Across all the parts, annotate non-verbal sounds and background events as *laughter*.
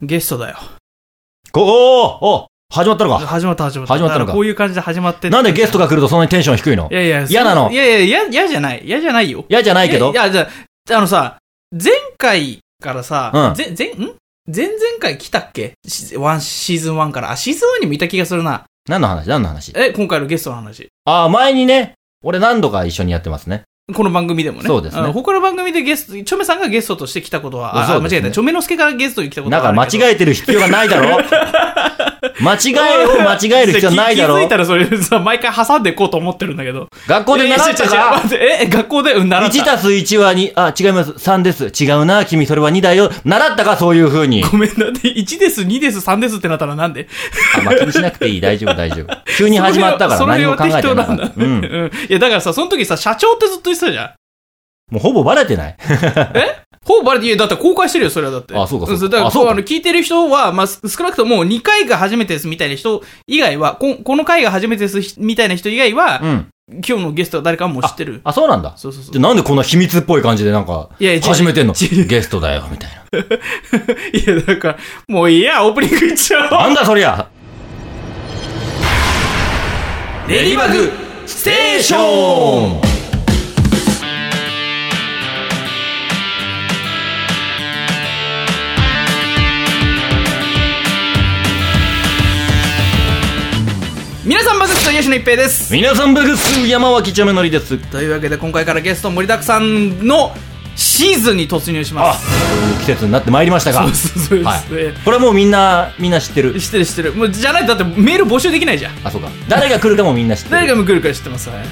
ゲストだよ。こおーお始まったのか。始まった始まった。始まったのだからこういう感じで始まってなんでゲストが来るとそんなにテンション低いのいやいや、嫌なのいやいや、嫌嫌じゃない。嫌じゃないよ。嫌じゃないけどいや、いやじゃあ、あのさ、前回からさ、うんぜ前、ん前々回来たっけシワンシーズン1から。あ、シーズン1にもいた気がするな。何の話何の話え、今回のゲストの話。ああ、前にね、俺何度か一緒にやってますね。この番組でもね。そうですねあの他の番組でゲスト、チョメさんがゲストとして来たことは、あそうあ、で間す違ねえた。チョメの助からゲストに来たことだはかあら間るけど。違えてる必要がない *laughs* だろ間違えを間違える必要ないだ気ろづいたら *laughs* それさ、毎回挟んでいこうと思ってるんだけど。学校で習ったいやいや違う違うか待ってえ、学校で、うん、習った。 1たす1は2、あ、違います。3です。違うな、君、それは2だよ。習ったか、そういう風に。ごめんなって、1です、2です、3ですってなったらなんであ、まあ、気にしなくていい。大丈夫、大丈夫。急に始まったからその何辺もは考えてなかった。適当うなんだ *laughs* うん。ん。いや、だからさ、その時さ、社長ってずっと言ってたじゃん。もうほぼバレてない。ほぼバレて、いや、だって公開してるよ、それはだって。あそうかそうかんだから、あそそうう、かあの、聞いてる人は、まあ、す少なくとも2回が初めてですみたいな人以外は、ここの回が初めてですみたいな人以外は、うん。今日のゲストは誰かはもう知ってる。あ、そうなんだ。そうそうそうで。なんでこんな秘密っぽい感じでなんか、いやいや違う始めてんの違うゲストだよ、みたいいや、だから、もういいや、オープニングいっちゃな。おう。なんだそりゃレディバグ、ステーションン皆さん、バグスと吉野一平です。皆さんバグス、山脇ちゃめのりです。というわけで、今回からゲスト盛りだくさんのシーズンに突入しまあ、す。季節になってまいりましたが。そうそうそうですねはい。これはもうみんな、みんな知ってる。知ってる知ってる。もう、じゃないと、だってメール募集できないじゃん。あ、そうか。誰が来るかもみんな知ってる。誰が来るか知ってます今え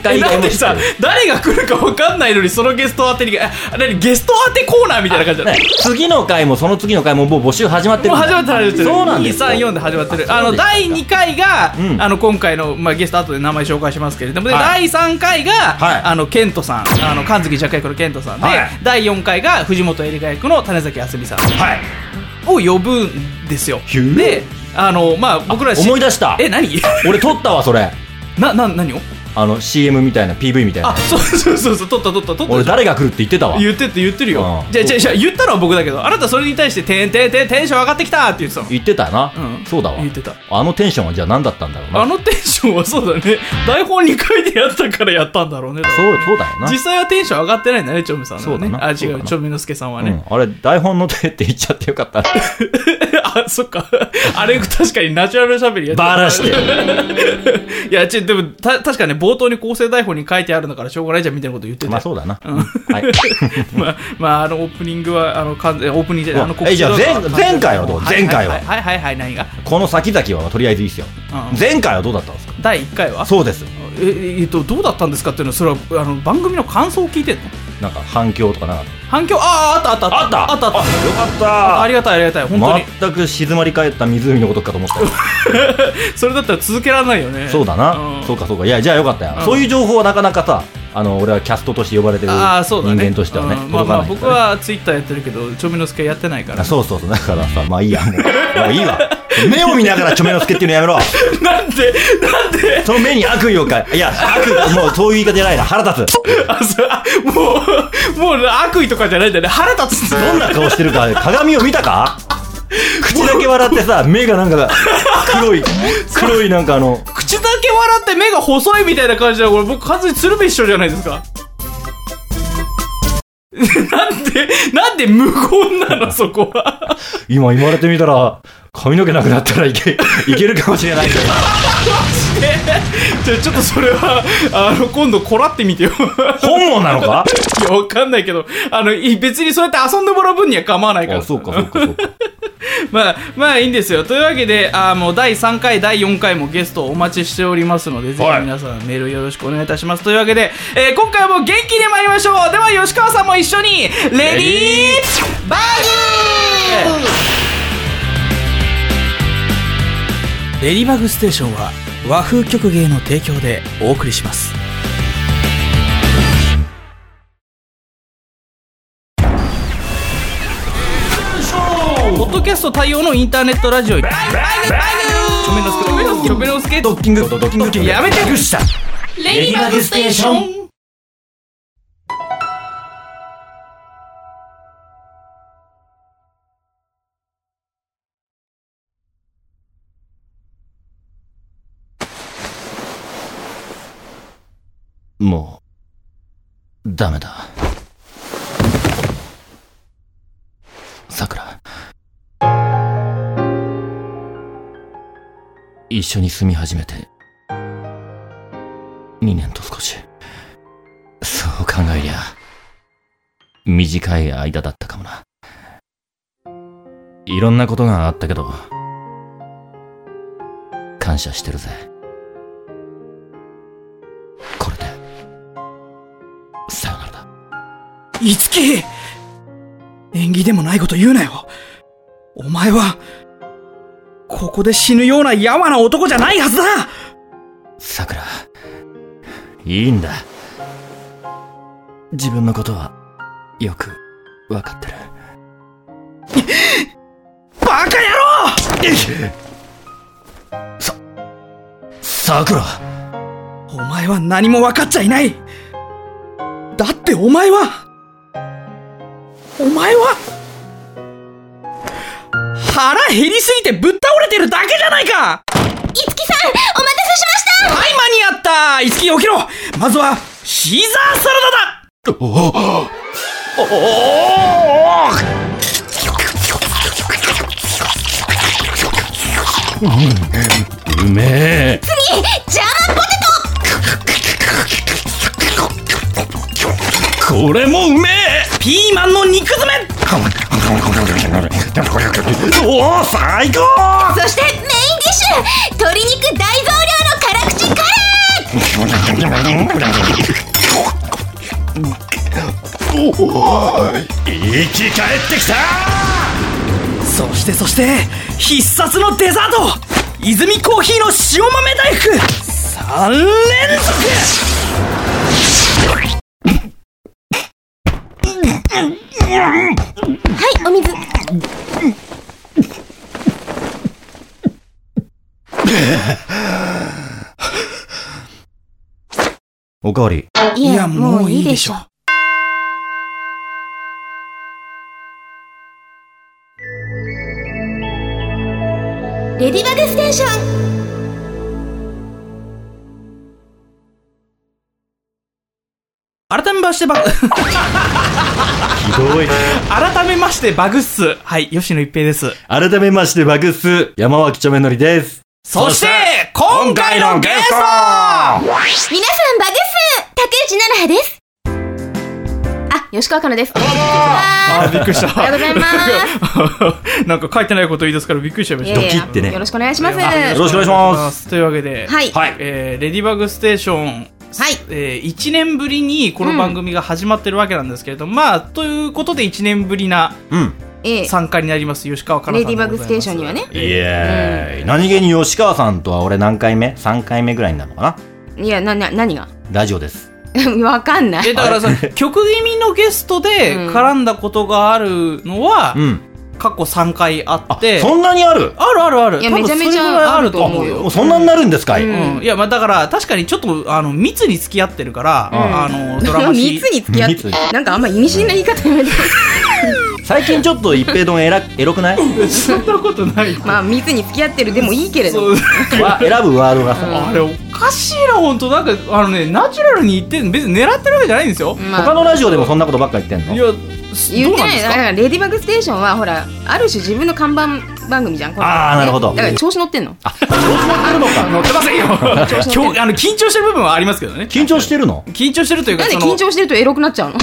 回以な外んもで知ってさる。、誰が来るか分かんないのに、そのゲスト当てに、あ、何、ゲスト当てコーナーみたいな感じだねね。次の回もその次の回ももう募集始まってるもうんだ始まってる、始まってる。そうなんですよ2、3、4で始まってる。あその、うでしたか第2回が、うんあの、今回の、まあ、ゲスト後で名前紹介しますけれども、で、は第3回が、はいあの、ケントさん、あの、神月若役のケントさんではい、第4回が藤本エリカ役の種崎あすみさんはいを呼ぶんですよひゅ。ーで、あの、まあ、僕らし思い出したえ、何 *laughs* 俺撮ったわそれな、な、何をあの CM みたいな PV みたいあな、そうそうそうそう、撮った撮った撮った俺誰が来るって言ってたわ言言ってって言ってるよう。んじゃあじゃあじゃあ言ったのは僕だけど、あなたそれに対して、てんてんてんテンション上がってきたって言ってたの。ってたな、うんそうだわ言ってた。あのテンションはじゃあ何だったんだろうなあのテンションはそうだね。台本に書いてやったからやったんだろうね。そうそうだよな実際はテンション上がってないんだね、チョミさんはね。そうだなあ、そう違だう、なチョミのすけさんはね。うん、あれ台本の手って言っちゃってよかっ *laughs* たあ、そっか。あれ、確かにナチュラル喋りやってたバラして。いや、ちょ、でも、た、確かね、冒頭に構成台本に書いてあるんだからしょうがないじゃんみたいなこと言ってたまあよ。そうだな、はい *laughs* まあ、まあ、あの、オープニングは、あの、完全、オープニングじゃない、あの、うんえじゃあ前前回はどいうい前回はいはいはいはい、何がこの先々はとりあえずいいですよ、うん前回はどうだったんですか第1回はそうですええっとどうだったんですかっていうのはそれはあの番組の感想を聞いてんのなんか反響とかなかっ反響あああったあったたあったあったあったよかったありがたいありがたい本当に、全く静まり返った湖のことかと思ったよ *laughs* それだったら続けられないよねそうだな、んそうかそうかいやじゃあよかったよ、うんそういう情報はなかなかさあの俺はキャストとして呼ばれてる人ああそうだね間としてはねうんまあまあ届僕かないからねはツイッターやってるけどちょみのすけやってないからあそうそうそうだからさまあいいやもうもういいわ目を見ながらチョメのスケっていうのやめろ *laughs* なんでなんでその目に悪意をかいや悪もうそういう言い方じゃないな腹立つあそうあもうもう悪意とかじゃないんだね腹立つどんな顔してるか鏡を見たか口だけ笑ってさ目がなんか黒い黒いなんかあの口だけ笑って目が細いみたいな感じでこれ僕完全に鶴瓶師匠じゃないですかなんでなんで無言なのそこは今言われてみたら髪の毛なくなったらいけいけるかもしれないけどじゃあちょっとそれは、あの、今度、こらってみてよ。い本望なのかや、わかんないけど、あの、い別にそうやって遊んでもらう分には構わないから。あそうかそうかそうか *laughs* まあ、まあいいんですよ。というわけで、あーもう第3回、第4回もゲストをお待ちしておりますので、ぜひ皆さんメールよろしくお願いいたします。というわけで、えー今回も元気に参りましょうでは、吉川さんも一緒に、レディーバグレディバグステーションは和風曲芸の提供でお送りします。ポッドキャスト対応のインターネットラジオ。バグバグチョメノスケ、チョメノスケ、チョメノスケ、ドッキング、ドッキング、やめてぐっしゃレディバグステーションンもう、ダメだ。桜。一緒に住み始めて、2年と少し。そう考えりゃ、短い間だったかもな。いろんなことがあったけど、感謝してるぜ。これで、さよならだ。いつき縁起でもないこと言うなよお前は、ここで死ぬようなやわな男じゃないはずだ桜、いいんだ。自分のことは、よく、わかってる。バカ野郎さ、桜お前は何も分かっちゃいないだってお前はお前は腹減りすぎてぶっ倒れてるだけじゃないかいつきさんお待たせしましたはい間に合ったいつき起きろまずはシーザーサラダだうめえ次ジャーマンポテトこれもうめえピーマンの肉詰めおお最高そしてメインディッシュ鶏肉大増量の辛口カレ生き返ってきたそしてそして必殺のデザート泉コーヒーの塩豆大福3連続ーはいお水おかわりいやもういいでしょレディバグステーション改めましてバグひどい *laughs* 改めましてバグっすはい吉野一平です改めましてバグス山脇ちょめのりですそして今回のゲスト皆さんバグス竹内奈々葉ですあ、吉川かなです。ああーびっくりしたおはようござい *laughs* ますなんか書いてないこと言いですからびっくりしちゃいましたドキってねよろしくお願いします。いやよろしくお願いしますというわけでははいはいえーレディバグステーションはいえー、1年ぶりにこの番組が始まってるわけなんですけれども、まあということで1年ぶりなうんええ参加になります吉川かなさんレでディござバいますグステーションにはね。イエーイ何気に吉川さんとは俺何回目 ?3 回目ぐらいになるのかないや、な、な、何が *laughs* ラジオですわかんなえい。だからさ曲気味のゲストでうん絡んだことがあるのは、うん過去3回ああってそんなにあるあるあるあるいや多分めちゃめちゃそれぐらいあると思うあよもうそんなになるんですかい、うんうん、いやまあだから確かにちょっとあの密に付き合ってるから、あのドラマシ *laughs* 密に付き合っ密て、なんかあんま意味深な言い方やめて。最近ちょっと一平丼エラエロくないそんなこと *laughs* ないまあ、密に付き合ってるでもいいけれどそも。 *laughs* うわ選ぶワードがさ、あれおかしいな本当なんかあのねナチュラルに言ってん別に狙ってるわけじゃないんですよ、他まあ、のラジオでもそんなことばっか言ってんのいやす言どうってなんなでい。すだ *laughs* か、からレディバグステーションは、ほら、ある種自分の看板番組じゃん。これあーなるほどだから調子乗ってんの。乗ってませんよ *laughs* 今日あの緊張してる部分はありますけどね緊張してるの緊張してるというかなんでその緊張してるとエロくなっ *laughs* ちゃうの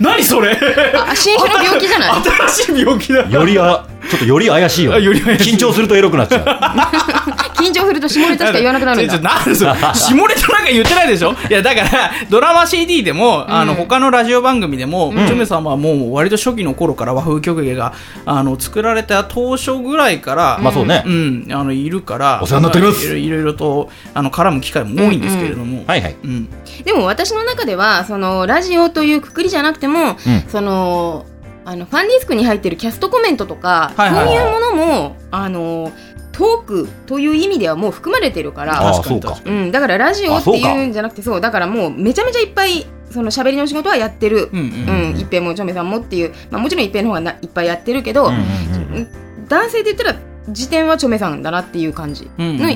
何それあ新種の病気じゃない新しい病気だよりあちょっとより怪しいよあより怪しい緊張するとエロくなっちゃ *laughs* 緊張すると下ネタしか言わなくなるちんょちょだ。なんでそれ下ネタなんか言ってないでしょいやだからドラマ CD でもあの他のラジオ番組でもチョメさんはもう割と初期の頃から和風曲芸があの作られた当初ぐらいからうまあそうね、うんあのいるからお世話になっておりますいろいろいろとあの絡む機会も多いんですけれどもはいはいうんでも私の中ではそのラジオというくくりじゃなくても、んそのあのファンディスクに入ってるキャストコメントとか、はいはいはいそういうものもあのトークという意味ではもう含まれてるから、ああ確かそにうか確うん、だからラジオってあそういうんじゃなくてそうだからもうめちゃめちゃいっぱいその喋りの仕事はやってる、うんううんん一平もチョメさんもっていう、まあ、もちろん一平の方がないっぱいやってるけど、うんうんうん男性で言ったら時点はチョメさんだなっていう感じのうん認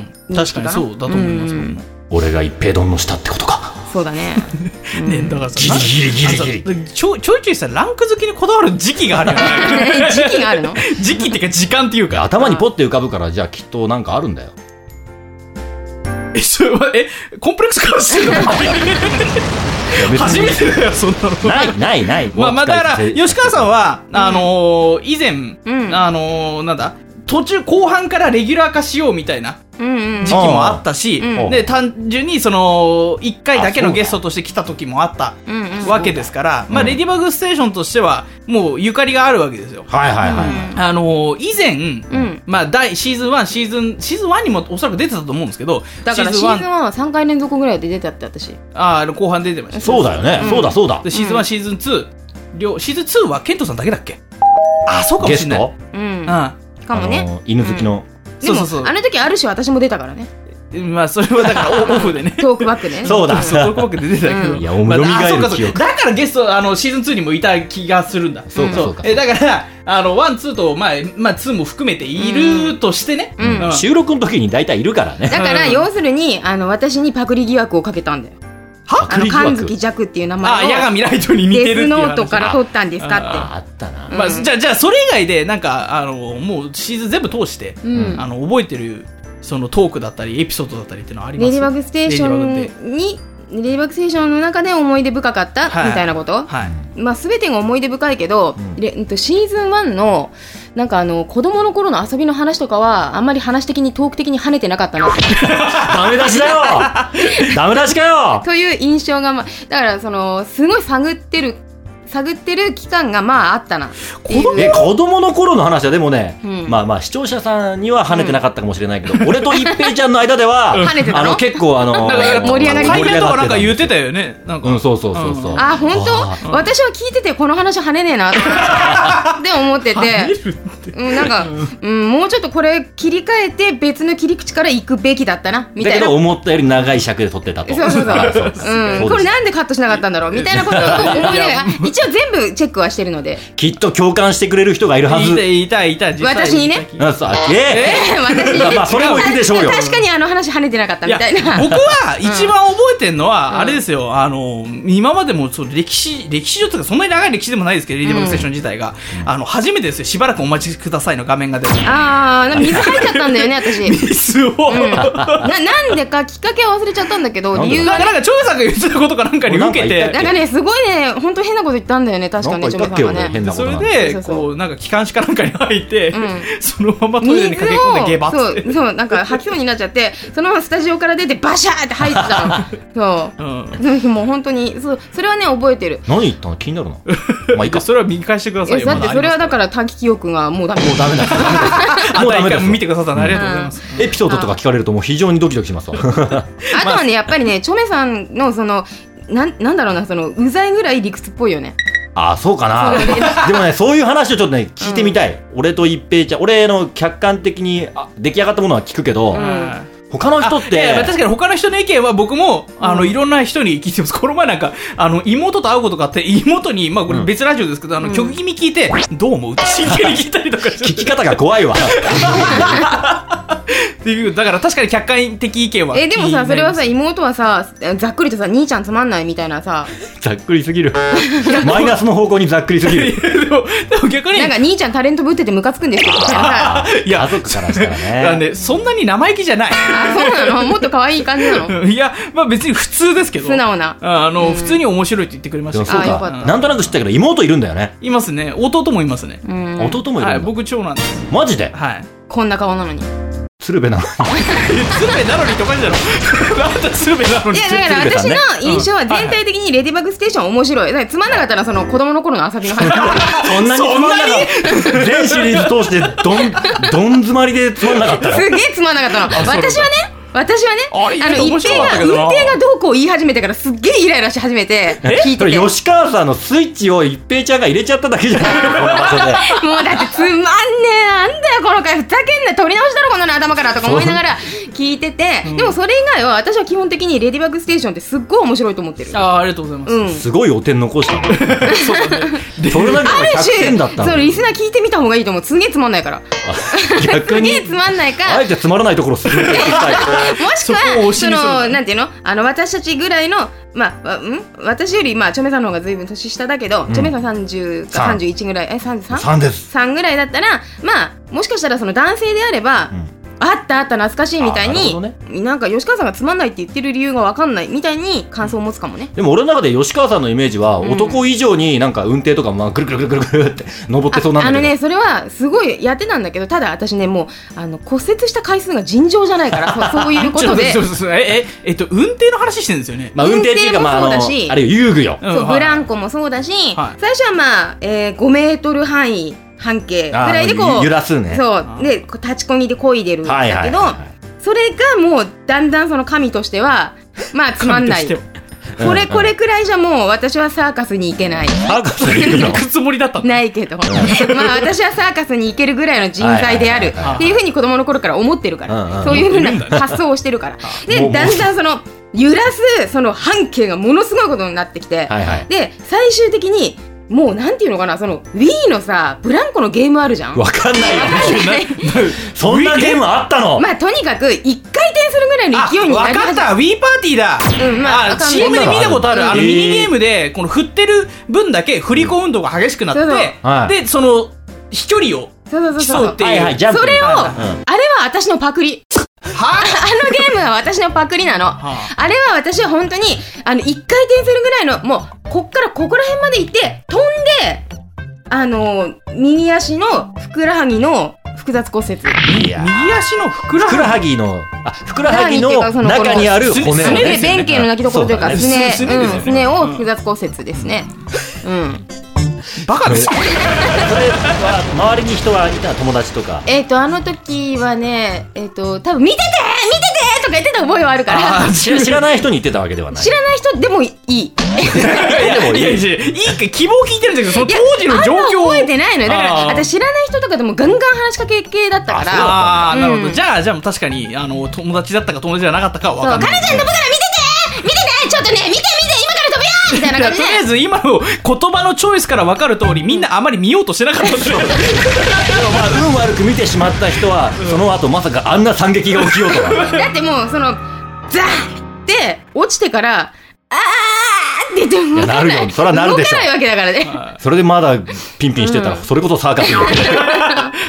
確識かにそうだと思いますう僕んも俺が一平丼の下ってことかそうだね。ね、だからさギリギリギリギリなんかさちょちょいちょいさランク好きにこだわる時期があるよね *laughs* 時期があ *laughs* るの時期っていうか時間っていうか頭にポッて浮かぶからじゃあきっとなんかあるんだよえそれはえコンプレックスからしてるの *laughs* いや別 *laughs* に初めてだよそんなのないないないまあまあだから吉川さんははあのー以前、うんあのーなんだ途中後半からレギュラー化しようみたいなうんうん時期もあったし、うんうんで単純にその1回だけあそのうだゲストとして来た時もあったうんうんわけですから、まあ、うんレディバグステーションとしてはもうゆかりがあるわけですよ。はいはいはい、あのー以前、うんまあ、第シーズン1シーズンシーズン1にもおそらく出てたと思うんですけどだからシシーーズズンン1 1は3回連続ぐらいで出てたって私あーあの後半出てましたそうだよね、そうだそうだでシーズン1、うんシーズン2両シーズン2はケントさんだけだっけあそうかもゲしスれないトうんうかもあねの犬好きの、でもそうそうそうあの時ある種私も出たからねんまあそれはだからオオフでねトークバ *laughs* ックで *laughs* ねそうだそうトークバックで出てたけど、うんいやおまああ蘇そうるかそう記か憶だからゲストあのシーズン2にもいた気がするんだそうかそうかえだからあの12と、まあまあ、2も含めているとしてね、うんうん収録の時に大体いるからねだからうん要するにあの私にパクリ疑惑をかけたんだよはあの神月弱っていう名あ前を矢神ライトに似てるっていデスう話ノートから取ったんですかああったな、まあ、うんじゃあじゃあそれ以外でなんかあのもうシーズン全部通して、ってうんあの覚えてるそのトークだったりエピソードだったりっていうのはありますレディバグステーショレディバグってンにレディバグステーションの中で思い出深かったみはいたいなこと、はいまあ、全てが思い出深いけど、うんれうんとシーズン1のなんかあの子供の頃の遊びの話とかはあんまり話的にトーク的に跳ねてなかったなダメ *laughs* 出しだよダメ出しかよという印象が、まあ、だからそのすごい探ってる探ってる期間がまああったなっていうえ子供の頃の話はでもね、うんまあまあ視聴者さんには跳ねてなかったかもしれないけ *laughs* ど、俺と一平ちゃんの間では跳ねてたあのの結構あのなんか盛り上が会見りとか盛り上がなっんかた言ってたよねなんか、うんそうそうそうそう、うんあ本あ当私は聞いててこの話跳ねねえなってって *laughs* 思ってて、 *laughs* うん、なんか、うん、もうちょっとこれ切り替えて別の切り口から行くべきだったなみだたけいなど思ったより長い尺で撮ってたとそうそうそうあ *laughs* そうですうそん、うこでれすなんでカットしなかったんだろうみたいなことを思いながら一応全部チェックはしてる *laughs* のできっと共感してくれる人がいるはずいたいたいた実際私にねあそうえ私まあまあそれもいるでしょうよ確かにあの話跳ねてなかったいみやたいな僕は一番覚えてるのは、うんあれですよあの今までもそう歴史歴史上というかそんなに長い歴史でもないですけど、リディバグステーション自体が、あの初めてですよしばらくお待ちくださいの画面が出てあーなんか水入っちゃったん *laughs* だよね私 *laughs* ミスを、だななんでかきっかけは忘れちゃったんだけどなんで理由かはらなんか長さんが言ってたことかなんかに受け俺なてんか言ったなんかねすごいね本当変なこと言ったんだよね確かなんねかジ言ョったっブさけんは俺変ねなこそとれなんてでそうそうそうこうなんか機関士かなんかに入って、ん *laughs* そのままトイレに水駆け込んでゲバっをてそうそうなんか吐きそうになっちゃってそのままスタジオから出てバシャーって入ってた *laughs* のそううんその日もう本当にそうそれはね覚えてる何言ったの気になるな *laughs* まあいいかそれは見返してくだいさやいよだってそれはまだから短期記憶がもうダメもうダメだ *laughs* あもりうますあとダメだ一回見てくださったのありがとうございます、エピソードとか聞かれるともう非常にドキドキしますわ *laughs* あとはねやっぱりねチョメさんのそのなんなんだろうなそのうざいぐらい理屈っぽいよねあそうかなそう *laughs* でもねそういう話をちょっとね聞いてみたい、俺と一平ちゃん俺の客観的にあ出来上がったものは聞くけど、うんはい他の人っいやいやまあて確かに他の人の意見は僕も、あの、いろんな人に聞いてます。この前なんか、あの、妹と会うことがあって、妹に、まあこれ別ラジオですけど、あの、曲気味聞いて、どう思うって真剣に聞いたりとかして *laughs* 聞き方が怖いわっていう、だから確かに客観的意見は。えでもさそれはさい妹はさざっくりとさ兄ちゃんつまんないみたい *laughs* なさざっくりすぎるマイナスの方向にざっくりすぎる *laughs* やでも、でも逆に、なんか兄ちゃんタレントぶっててムカつくんですけどみたいなさ *laughs* いや家族からしたらねなんで、そんなに生意気じゃない。あそうなのもっと可愛い感じなのいや、まあ別に普通ですけど。素直なああの、普通に面白いって言ってくれましでたもけそどうあよかかったなんとなく知ったけど妹いるんだよね、いますね。弟もいますね。うん弟もいはるい、んだ、僕長男です。マジではい。こんな顔なのにい鶴瓶なの鶴瓶なのにとかじゃろ。あ *laughs* んた鶴瓶なのに。やだから私の印象は全体的にレディバグステーション面白いだからつまんなかったらその子供の頃の遊びの話そんなにつまんなかった全シリーズ通してどんどん詰まりでつまんなかったのすげえつまんなかったのあそうなんだ私はね私はねあれあの面一白定かったがけどな運転がどうこう言い始めてからすっげえイライラし始めて聞いそてれてもう吉川さんのスイッチを一平ちゃんが入れちゃっただけじゃないのこの場所でだってつまんねえなんだよこの回ふざけんな取り直しだろこんなの頭からとか思いながら聞いててでもそれ以外は私は基本的に「レディバグステーション」ってすっごい面白いと思ってるああ、ありがとうございます。うんすごいお点残したのそれだけある100点だった種のそうリスナー聞いてみた方がいいと思うすげえつまんないから逆すげえにつまんないか *laughs* あえてつまらないところを進めていきたい *laughs* もしくそこをは推しそにするのなんていうのあの私たちぐらいのまあわん私よりまあチョメさんの方がずいぶん年下だけど、チョメさん三十かさん三十一ぐらいえ三十三3です三ぐらいだったらまあもしかしたらその男性であれば、んあったあった懐かしいみたいにあーな,、なるんか吉川さんがつまんないって言ってる理由がわかんないみたいに感想を持つかもね。でも俺の中で吉川さんのイメージは男以上になんか運転とかまあぐるぐるぐるぐるぐるって登ってそうなんあだけどのねそれはすごいやってたんだけどただ私ねもうあの骨折した回数が尋常じゃないからそそういうこ *laughs* ちょとっと待っでて。そうそうそうえええっと運転の話してるんですよね、まあ運転っていうかまああの運あ転もそうだしれよ遊具よんそう、はいブランコもそうだし、はい最初はまあ、えー、5メートル範囲半径ぐあーらいでこう揺らすねそうでこう立ち込みで漕いでるんだはいはいけど、はそれがもうだんだんその神として *laughs* はまあつまんない神とこしてうんれこれくらいじゃもう私はサーカスに行けない。いはい博士いるの行 *laughs* くつもりだったんだないけど、まあ私はサーカスに行けるぐらいの人材であるはいはいはいはいっていうふうに子供の頃から思ってるから、うんうんそういうふうな発想をしてるから、もでうだんだんその揺らすその半径がものすごいことになってきて、はいはいで最終的にもうなんていうのかなその Wii のさブランコのゲームあるじゃん。わかんないよない *laughs* そんなゲームあったのまあとにかく一回転するぐらいのあ、勢いになわりまかしったた !Wii パーティーだ、うんまあわあ、かんない CM で見たことある、あのえーミニゲームで、この振ってる分だけ振り子運動が激しくなって、そうそうはいで、その、飛距離をそうそう競そううそっうてはいいはうい。ジャンプそれを、はいうんあれは私のパクリはあのゲームは私のパクリなの。ああれは私は本当に、あの、一回転するぐらいの、もう、こっからここら辺まで行って、飛んで、あの、右足のふくらはぎの複雑骨折。いや右足のふくらふくらははぎのあふくらはぎのふくらはぎっていうかその中にあるこの骨すをねで、ですよね弁慶の泣きどころというそうか、だすねね、すねですようねん、すねをうん複雑骨折ですね。うん。ぎ。バカですよ。それは周りに人はいた友達とかえっ、と、あの時はね、えっ、と、多分見てて見ててとか言ってた覚えはあるから、あ *laughs* 知ら知らない人に言ってたわけではない知らない人でもいい。いやいでもいいやいやいいか希望聞いてるんだけどそのいや当時の状況あをんま覚えてないのよだからあー私知らない人とかでもガンガン話しかけ系だったからあーなるほど、うんじゃあじゃあ確かにあの友達だったか友達じゃなかったかは分そかうんかないなちゃんの僕から見てて見ててちょっとね見て見て今から飛ぶよみたいな感いやじとでりあえず今の言葉のチョイスから分かる通りみんなあまり見ようとしてなかったんですよでもまあ運悪く見てしまった人はその後まさかあんな惨劇が起きようとはだってもうそのザーって落ちてからあーって言ってもいや動かななるいよそらなるでしょ動かないわけだからね *laughs* それでまだピンピンしてたらそれこそサーカスよ *laughs*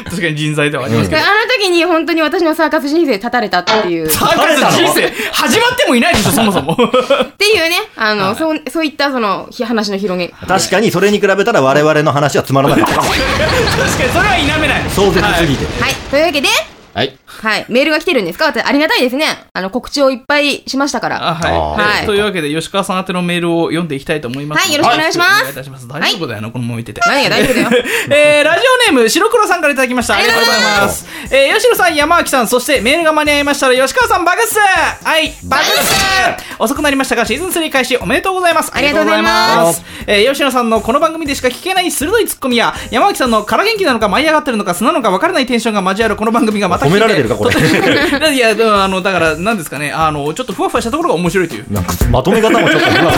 確かに人材ではありますだからあの時に本当に私のサーカス人生立たれたっていうっサーカス人生始まってもいないでしょそもそ *laughs* もていうねあの、はいそうそういったそのひ話の広げ確かにそれに比べたら我々の話はつまらなかったかも確かにそれは否めない壮絶すぎてはいというわけではいはいメールが来てるんですか私ありがたいですねあの告知をいっぱいしましたからあはい、はいはいというわけで吉川さん宛てのメールを読んでいきたいと思いますはいよろしくお願いしますお願いいたします大丈夫だよな、このまま見てて何が大丈夫だよ *laughs* えー、ラジオネーム白黒さんからいただきましたありがとうございますえー、吉野さん山脇さんそしてメールが間に合いましたら吉川さんバグっすはいバグっす遅くなりましたがシーズン3開始おめでとうございますありがとうございますえー、吉野さんのこの番組でしか聞けない鋭いツッコミや山脇さんの空元気なのか舞い上がってるのか素なのか分からないテンションが交わるこの番組がまた聞い褒められてるかこれ *laughs* いやでもあのだからなんですかねあのちょっとふわふわしたところが面白いというなんかまとめ方もちょっと今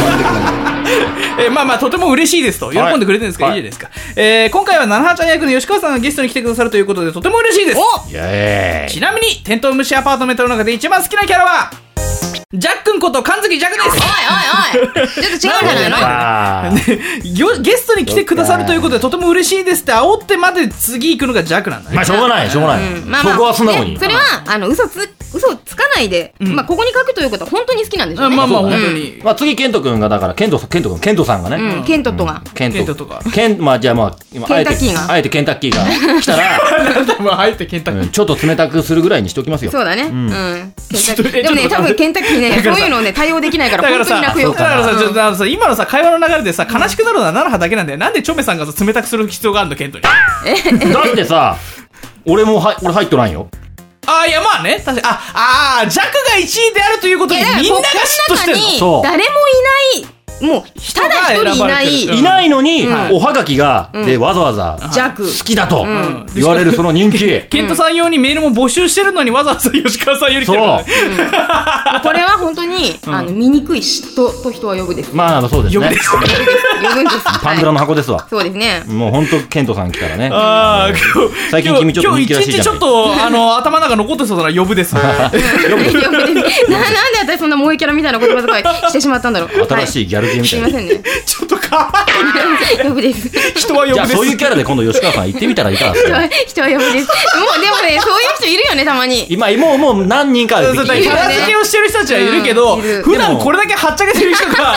えーまあまあとても嬉しいですと喜んでくれてるんですけど、はいい、いじゃないですか、えー今回は七波ちゃん役の吉川さんがゲストに来てくださるということでとても嬉しいですイエーちなみにテントウムシアパートメントの中で一番好きなキャラはジャックンこと神月ジャックおいおいおいちょっと違うんですじ *laughs* ゃイないのあー *laughs* よゲストに来てくださるということでとても嬉しいですって煽ってまで次行くのがジャックなんだね、 *laughs* まあしょうがないしょうがない、うんまあまあそこは素直にねそれはあの嘘つ嘘つかないでんまあここに書くということは本当に好きなんでしょうねまあまあう本ん当に、まあ次ケント君がだからケントケント君ケントさんがね、うんケントとがケントケントとかケンまあじゃあまあ今ケンタッキーがあえてあえてケンタッキーが来たら、 *laughs* 多分入ってケンタッキーうんちょっと冷たくするぐらいにしておきますよそうだねうんケンタッキちょっとーでもねちょっと多分ケンタッキーねそういうのね対応できないからだか本ら当さ、にだか泣くよらさ、ちょっうんとあのさ、今のさ、会話の流れでさ、悲しくなるのは奈々葉だけなんだよ。なんでチョメさんがさ、冷たくする必要があるの、ケントに。だってさ俺もは俺入っとらんよあーいやまあね確かにああー弱が1位であるということいにやだからみんなが嫉妬こしこてのる中のにそう誰もいないもうただ一人いないうんいないのに、うんおはがきが、うんでわざわざ弱好きだとん言われるその人気。ケントさん用にメールも募集してるのにわざわざ吉川さんより来そてうるからね。これは本当に、んあの醜い嫉妬と人は呼ぶです、まあそうです呼ぶねで。すね。呼ぶんですパンドラはいの箱ですわ。そうですね *laughs* もう本当ケントさん来たらね。ああ、の今日、最近君ちょっと今日人気らしい一じ日ゃちなょいっ。と、あの、頭の中残ってそうだな、呼ぶ *laughs* です。呼ぶですななんで私そんな萌えキャラみたいな言葉遣いしてしまったんだろう新しい、いギャルゲーはい、みすたいいな。ませんねちょっとかわい呼ぶですい。人は呼ぶじゃであす。そういうキャラで今度吉川さん行ってみたらいかがです人はか人は呼ぶですもうでもねそういう人いるよねたまに今、もう、もう何人かそ出うてそうきキてャラ付けをしてる人たちはいるけど、うんいる普段これだけはっちゃけてる人 *laughs* が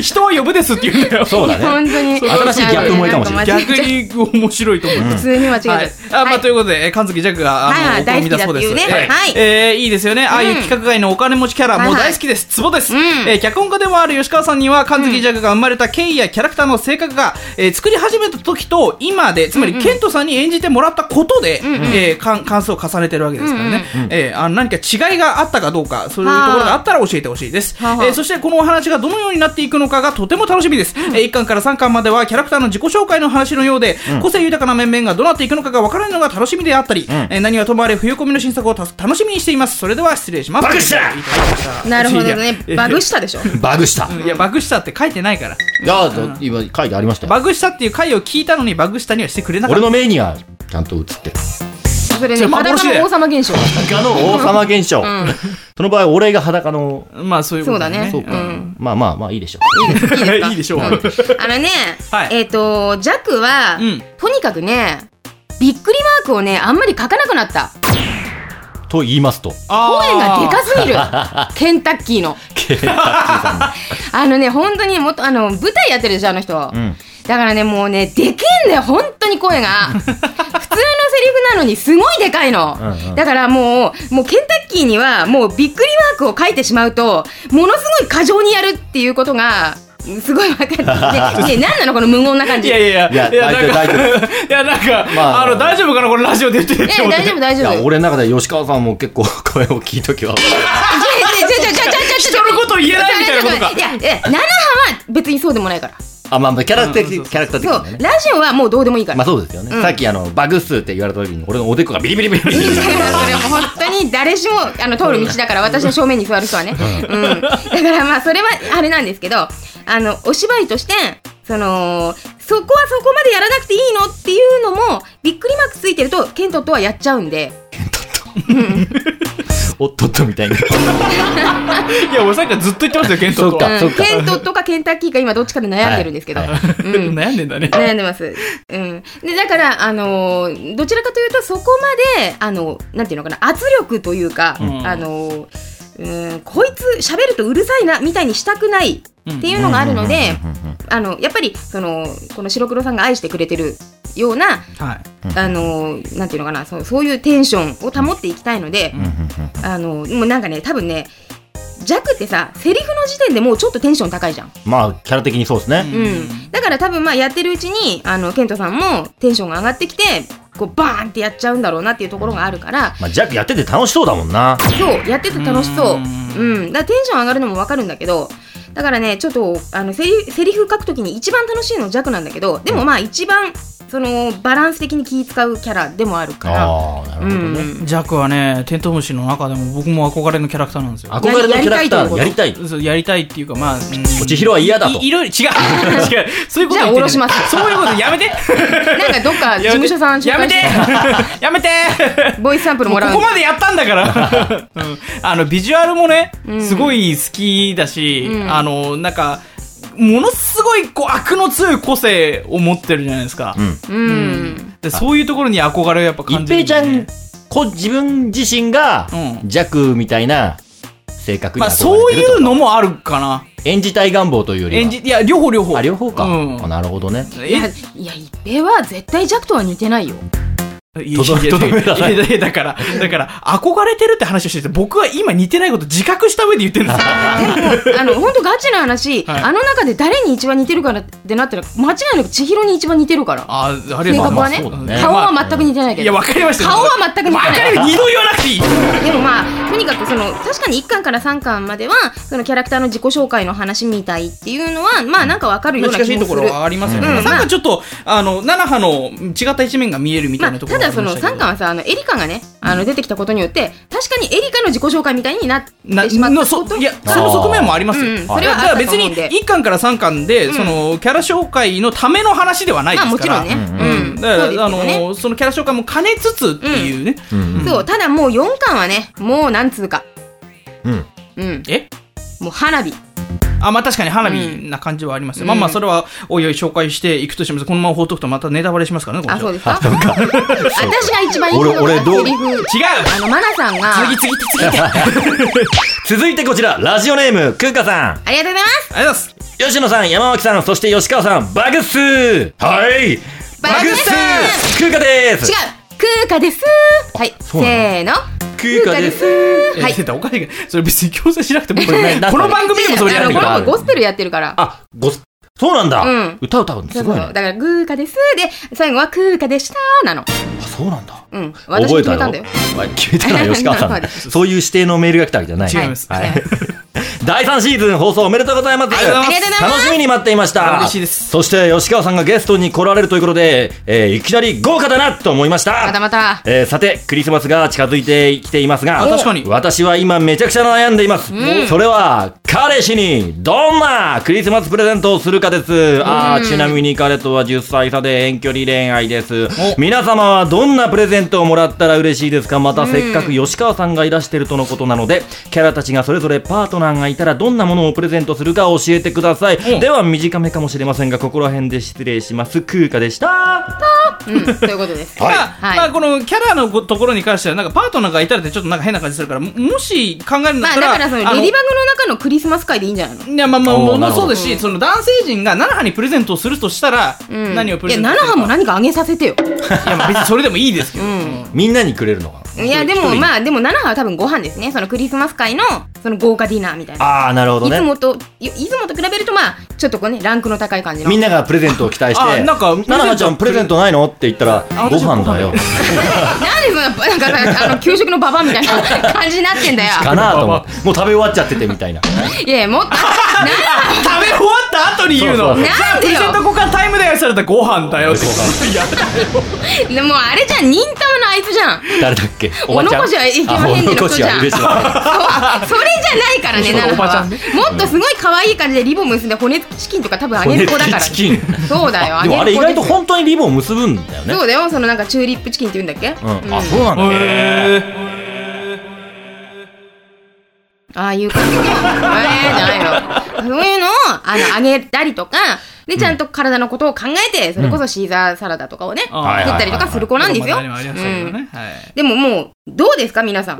人は呼ぶですって言うんだよそうだね。本当に新しいギャップ萌えかもしれないん逆か間違えちゃうに面白いと思います、普通に間違えちゃう、はい、あ、まあ、ということで、えー神月ジャックが、あの、はいはいお好みだそうです。大好きだっていうねえーはいえーいいですよね。ああいう企画外のお金持ちキャラ、はいはいもう大好きです。ツボです。うんえー脚本家でもある吉川さんには、神月ジャックが生まれた経緯やキャラクターの性格が、えー作り始めた時と、今で、つまり、ケントさんに演じてもらったことで、えー感感想を重ねてるわけですからね。えーあの何か違いがあったかどうか、そういうところがあったら教えてほしいです。えはあはあーそして、このお話がどのようになっていくのかがとても楽しみです。え1巻から3巻までは、キャラクターの自己紹介の話のようで、個性豊かな面々がどうなっていくのかが分からないのが楽しみであったり、えー何はともあれ冬コミの新作をた楽しみにしています。それでは失礼します。バグしたいただきましたなるほどねいやバグし *laughs* たでしょバグした。いや、バグしたって書いてないから。いや、今書いてありましたよ。バグしたっていう回を聞いたのに、バグしたにはしてくれなかっ俺た。の目にはちゃんと映ってる。それそねれ幻裸だよの王様現象裸の王様現象。その場合、俺が裸の、まあ、そういうこそとうだねそうかん、まあまあまあいいでしょいいですいいですかいいでしょう *laughs* うんあのね、はいえっ、とジャックは、うんとにかくねびっくりマークをねあんまり書かなくなったう。と言いますと。声がでかすすぎるケンタッキーのケンタッキーさんのあのね本当にもっとあの舞台やってるでしょあの人、んだからねもうねでけえんだよ本当に声が普通のセリフなのにすごいでかいの、うんうんだからもうもうケンタッキーにはもうびっくりマークを書いてしまうとものすごい過剰にやるっていうことがすごい分かってねね何なのこの無言な感いじやいやいや、いやなんか大丈夫、いや、なんか、まああ、の、大丈夫かなこれラジオで言ってるね大丈夫大い丈夫や、俺の中で吉川さんも結構声大きい時は。ちょちょちょちょちょちょちょちょ人のこと言えないみたいなことかいやいやナナハは別にそうでもないからあ、まあまあキャラクター的、うんキャラクター的そなうね。ラジオはもうどうでもいいから、まあそうですよね。んさっきあの、バグ数って言われた時に、俺のおでこがビリビリビリビリビリ。それはもう本当に誰しもあの通る道だから私の正面に座る人はね、うん、だからまあそれはあれなんですけどあのお芝居としてそのそこはそこまでやらなくていいのっていうのもびっくりマークついてるとケントとはやっちゃうんでおっとっとみたいな。いや、俺さっきからずっと言ってますよ、ケントとそうは。かうんケントとかケンタッキーか今どっちかで悩んでるんですけど、はいはうん悩んでんだね。悩んでます。うん。で、だから、あのーどちらかというと、そこまで、あの、なんていうのかな、圧力というか、んあのーうん、こいつ喋るとうるさいな、みたいにしたくないっていうのがあるので、あの、やっぱり、その、この白黒さんが愛してくれてるような、はい。あのーなんていうのかな、そうそういうテンションを保っていきたいので、あのもうなんかね、多分ね、弱ってさ、セリフの時点でもうちょっとテンション高いじゃん。まあ、キャラ的にそうですね。うん、だから多分まあやってるうちにあのケントさんもテンションが上がってきてこうバーンってやっちゃうんだろうなっていうところがあるからまあ、ジャックやってて楽しそうだもんな。そうやってて楽しそううう、ん、だからテンション上がるのも分かるんだけどだからねちょっとあのセリセリフ書くときに一番楽しいの弱なんだけどでもまあ一番そのバランス的に気使うキャラでもあるから。ああ、なるほうどね。ん、ジャックはね、テントウムシの中でも僕も憧れのキャラクターなんですよ。憧れのキャラクター、やりたい。そうやりたいっていうか、まあ、おちひろは嫌だといいろいろ違う *laughs* 違うそういうこと言ってんじゃじゃなあい下ろしますそういうことや *laughs* めてなんかどっ *laughs* か事務所さんやめてや *laughs* めてボイスサンプルももうらうここまでやったんだ *laughs* から、うんあのビジュアルもね、すごい好きだし、うんあのなんかものすごいこう悪の強い個性を持ってるじゃないですか、うん。うん、でそういうところに憧れをやっぱ感一じる平ちゃねん、こ、自分自身がう、ジャックみたいな性格にまあ、憧そうれているとうのもあるかな演じたい願望というよりは。演じいや両方両方あ、両方か。うん *laughs* あなるほどね。いやいや一平は絶対弱とは似てないよいとどいやとどめなさいいやいやだから、だから、憧れてるって話をしてて、僕は今似てないこと自覚した上で言ってるんですよ。もうあの本当ガチな話、はいあの中で誰に一番似てるからってなったら間違いなく千尋に一番似てるからあ、あり性がとう格ござはねいます。まあそうだね顔は全く似てないけいど、や、わかりましたよ顔は全く似てないわかりました二度言わなくていい。でもまあとにかくその確かに1巻から3巻まではそのキャラクターの自己紹介の話みたいっていうのはまあなんかわかるような気難もすしいるところはありますよね。うんまあまあなんかちょっと、あの、奈々派の違った一面が見えるみたまいあ、なところはあただりそまのしたけ3ど巻はさあのエリカがねあの出てきたことによって確かにエリカの自己紹介みたいになってなしまったのこそといやその側面もありますよ、うんうんそれだはからあった別と思うんにで1巻から3巻で、うんそのキャラ紹介のための話ではないでまあすもかちら、ろんね、うんうんだから、そうですあよのねそのキャラ紹介も兼ねつつっていうね、うんそうただもう4巻はねもうなんつうかうんうんえもう花火あまあ確かに花火な感じはありますね、うんまあまあそれはおいおい紹介していくとしますこのまま放っとくとまたネタバレしますから *laughs* ねこのあ人そう違うですか私が一番いいのが俺俺どうセリフあのマナさんが次次次 *laughs* 次ありがとう続いてこちらラジオネームくうかさんありがとうございますございます吉野さん山脇さんそして吉川さんバグっすーはいバグっすーくうかで違すう空ーですはいせうなのーの空花ですはえい出たおかしいからそれ別に強制しなくてもここれ *laughs* ねれなんかこの番組でもそれやるあけのどこあのる子ゴスペルやってるからあごそうなんだ、うん歌歌うんそうすそごういだねからグーカですで最後は空ーでしたなのあそうなんだうん私決めたんだよ覚えたよあ決めたのは吉川さんそだうですそういう指定のメールが来たわけじゃない違いますはい *laughs* 第3シーズン放送おめでとうございますありがとうございますありがとうございま楽すしみに待っていました嬉しいですそして吉川さんがゲストに来られるということで、えーいきなり豪華だなと思いましたまたまたえーさてクリスマスが近づいてきていますがあ確かに私は今めちゃくちゃ悩んでいます、それは彼氏にどんなクリスマスプレゼントをするかですあーちなみに彼とは10歳差で遠距離恋愛ですお皆様はどんなプレゼントをもらったら嬉しいですかまたせっかく吉川さんがいらしてるとのことなのでキャラたちがそれぞれパートナーがいたらどんなものをプレゼントするか教えてくださいおでは短めかもしれませんがここら辺で失礼します空花でしたうんということですまあはいまあこのキャラのごところに関してはなんかパートナーがいたらってちょっとなんか変な感じするからももし考えるんだまっあたら、だからそのレデあィバのグの中のクリスマス会でいいんじゃないのいやまあまあおーもうなもるほどそうですし、その男性陣が奈々派にプレゼントをするとしたら、うん何をプレゼンいトやす奈る良かも何かあげさせてよいやまあ別にそれでもいいですけど、みんなにくれるのかないやでもまあでも奈良は多分ご飯ですねそのクリスマス会のその豪華ディナーみたいなああなるほどいねつもといいつもと比べるとまあちょっとこうねランクの高い感じのみんながプレゼントを期待しあて「なんか奈々ちゃんプレゼントないの?」って言ったらあ「ご飯だよなんでそんななんかさあの給食のババアみたいな感じになってん *laughs* だよ」かなと思ってもう食べ終わっちゃっててみたいないやもっとあ食べ終わった後に言うのそうそうそうじゃなあんプでレよゼント交換タイムだよされたらご飯だよってそういやでもうあれじゃん忍たまのあいつじゃん誰だっけおおばちゃん残しはいけまへんでの人じゃんあお残しはそうそれじゃないからねそう奈良おばちゃはんねもっとすごい可愛い感じでリボン結んで骨付きチキンとか多分あげ嬉しるい子だからチキンそうだよでもあれ意げ外る子とですよ本当にリボンを結ぶんだよねそうだよそのなんかチューリップチキンって言うんだっけ、うんああそうなんだねあいう感じえー、じゃないのそういうのをあのあげたりとかでちゃんと体のことを考えてそれこそシーザーサラダとかをね、あー作ったりとかする子なんですよ、まあまあ何もありませんけどねはいでももうどうですか皆さんえ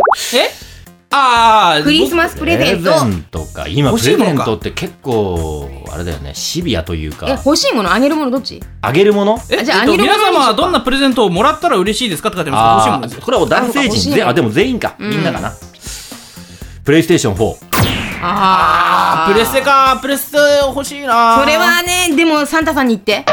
ああクリスマスプレゼンプトレゼントか今欲プしいレものゼかントって結構あれだよねシビアというえか欲しいものあげるものどっちあげるものえじゃあえっとアニロ皆マ様はどんにしようかなプレゼントをもらったら嬉しいですかって書いてますけど欲しいあもんですーよこれは男性あそうか欲しい陣ものぜあでも全員かみんなかなプレイステーション4ああプレステかプレステ欲しいなそれはねでもサンタさんに言って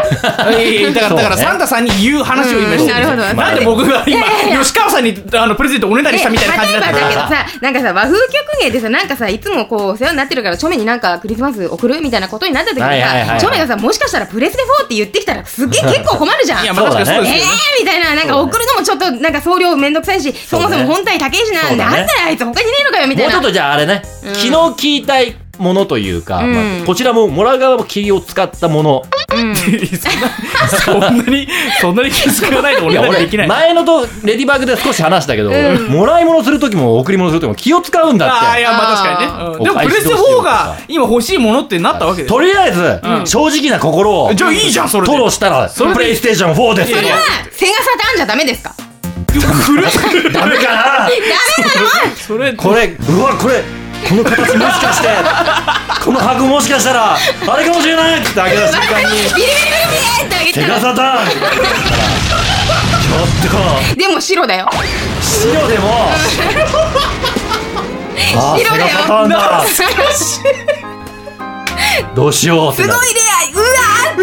い *laughs* やだから、だからそうねサンタさんに言う話を今してうんなるほどなんで僕が今、吉川さんにあのプレゼントおねだりしたみたいな感じえにな例えってばるだけどさなんかさ和風曲芸でさなんかさいつもこう世話になってるからチョメになんかクリスマス送るみたいなことになった時にさ、はいはいはいはいチョメがさもしかしたらプレステ4って言ってきたらすっげえ結構困るじゃんいや、まあ確かにそうそうでだすよねね。えーみたいな、なんか送るのもちょっと、なんか送料めんどくさいし、そそうもねそも本体高いしな、そうだなんねだよあいつ他にねえのかよみたもいうちょな。っとじゃああれね、うん昨日聞いたいものというか、うんまあこちらももらう側も気を使ったもの、う *laughs* んそんなに、そんなに気づかないとい俺やだって俺できない。前のとレディバグで少し話したけど、うんもらい物する時も贈り物する時も気を使うんあだっあ、いてや、まあ確かにね。うんでもプお返レしステどうしよ4うかが今欲しいものってなったわけですよ。とりあえず、正直な心をじゃあいいじゃん、それで。吐露したらプレイステーション4ですよいやいやセガサターンじゃダメですかダメかな *laughs* それ、これうわこれこの形もしかしてこの箱もしかしたらあれかもしれないって開けた瞬間にビリビリビリビリってあげセたガら。サターンちょっとでも白だよ白でもあー白だよ背がパターンだすごいどうしようって出なる会いうわー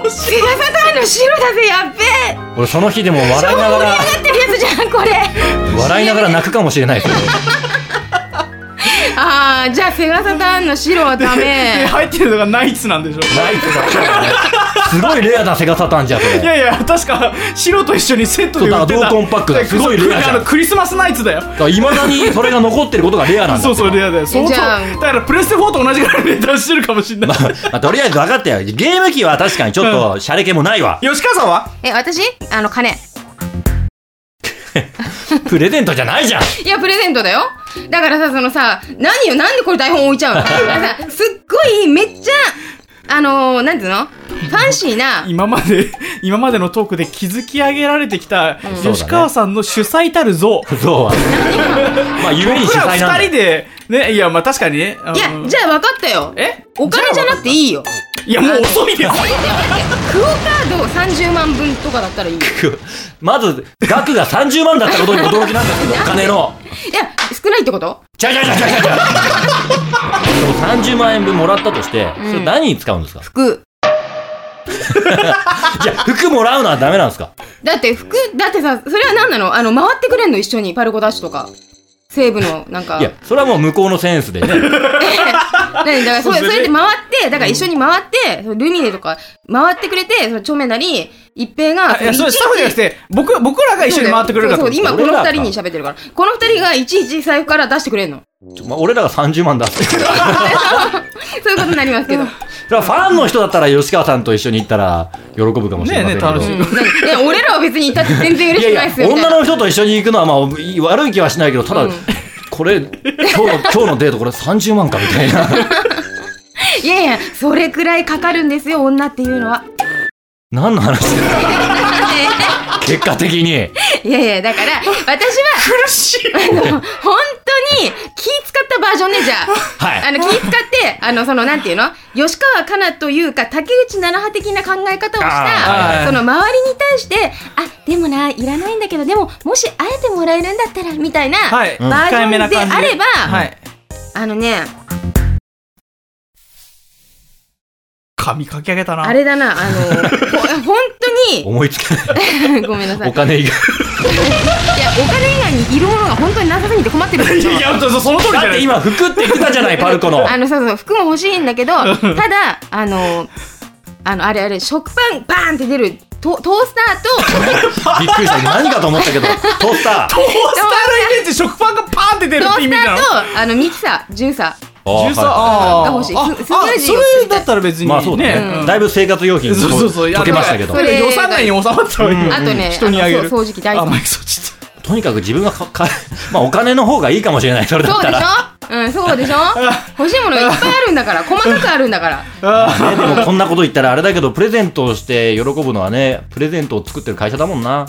*laughs* ってセガサターンの白だぜやっべえ俺その日でも笑いなが *laughs* ら盛り上がってるやつじゃんこれ笑いながら泣くかもしれないですよあーじゃあセガサターンの白はダで *laughs* メ入ってるのがナイツなんでしょナイスだすごいレアなセガサター *laughs* ンじゃんそいれやいや確か白と一緒にセットで売ってそうただ同梱パックだすごいレアじゃんあのクリスマスナイツだよいまだにそれが残ってることがレアなん *laughs* だそうそうレアだよ相当じゃあだからプレステ4と同じぐらいで出してるかもしれないまあとりあえず分かったよゲーム機は確かにちょっとシャレ気もないわ吉川さんはえ私あの金 *laughs* プレゼントじゃないじゃんいやプレゼントだよだからさそのさ何よなんでこれ台本置いちゃ *laughs* うのだからさすっごいめっちゃあのー、なんていうのファンシーな今まで今までのトークで築き上げられてきたね吉川さんの主催たる像そう *laughs* はまあゆえに僕主ら催なん二だ人でねいやまあ確かにねあのいやじゃあ分かったよえお金じゃなくていいよいやもう遅いですよクオカードを30万分とかだったらいいよまず額が30万だったことに驚きなんです *laughs* けどお金のいや少ないってことちゃうちゃうちゃうちゃうちゃうでも30万円分もらったとしてそれ何に使うんですか *laughs* 服じゃあ服もらうのはダメなんですかだって服だってさそれは何なのあの回ってくれんの一緒にパルコダッシュとか西部のなんかいやそれはもう向こうのセンスでね何だからそれそそうそれでれで回ってだから一緒に回って、そのルミネとか回ってくれてその著名なり一平がいやそれスタッフじゃなくて僕僕らが一緒に回ってくれるかとそう思っだたよ俺そうそう今らこかの二人に喋ってるからこの二人がいちいち財布から出してくれんのちょまあ、俺らが30万出す *laughs* それそういうことになりますけど、うん、ねはファンの人だったら吉川さんと一緒に行ったら喜ぶかもしれませんけど、ねえねえ楽しいね俺らは別にいたって全然嬉いしやいくないやですよみたい女なの人と一緒に行くのはまあいい悪い気はしないけどただ、うんこれ今日の今日のデートこれ30万かみたいないやいやそれくらいかかるんですよ女っていうのは何の話だよ結果的に *laughs* いやいやだから私は苦しいあの、本当に気使ったバージョンね、じゃあ。はいあの、気使って、あの、その、なんていうの吉川かなというか、竹内奈々派的な考え方をしあーはいた、その、周りに対して、あ、でもな、いらないんだけど、でも、もし会えてもらえるんだったら、みたいな、バはいージョンであれば、はいあのね、髪かき上げたなあれだな、あの、ほ本当に、思いつかない *laughs* ごめんなさい。いお金以外や、お金以外にいるものが本当になさすぎて困ってるんですよ。いやそその通りじゃだっなてい今服って言ってたじゃないパルコのあのそうそう服も欲しいんだけどただあのあのあれあれ食パンバーンって出るトトースターとびっくりした何かと思ったけどトースタートースターのイメージ食パンがパーンって出るトーって意ス味なタのーとあのミキサージューサーあー13はあがー欲しいあススムージーあそを作れりたいだったら別いにまあそうだね、ねだいぶ生活用品そうそうそういや溶けましたけだどからそれ予算内に収まったわうん今あとね人にあげあるのそう掃除機ダイソあンマイク掃除機とにかく自分がか *laughs* かまあお金の方がいいかもしれないそれだそっうたでしらょうんそうでしょ欲しいものがいっぱいあるんだから細かくあるんだからあね、でもこんなこと言ったらあれだけどプレゼントをして喜ぶのはねプレゼントを作ってる会社だもんな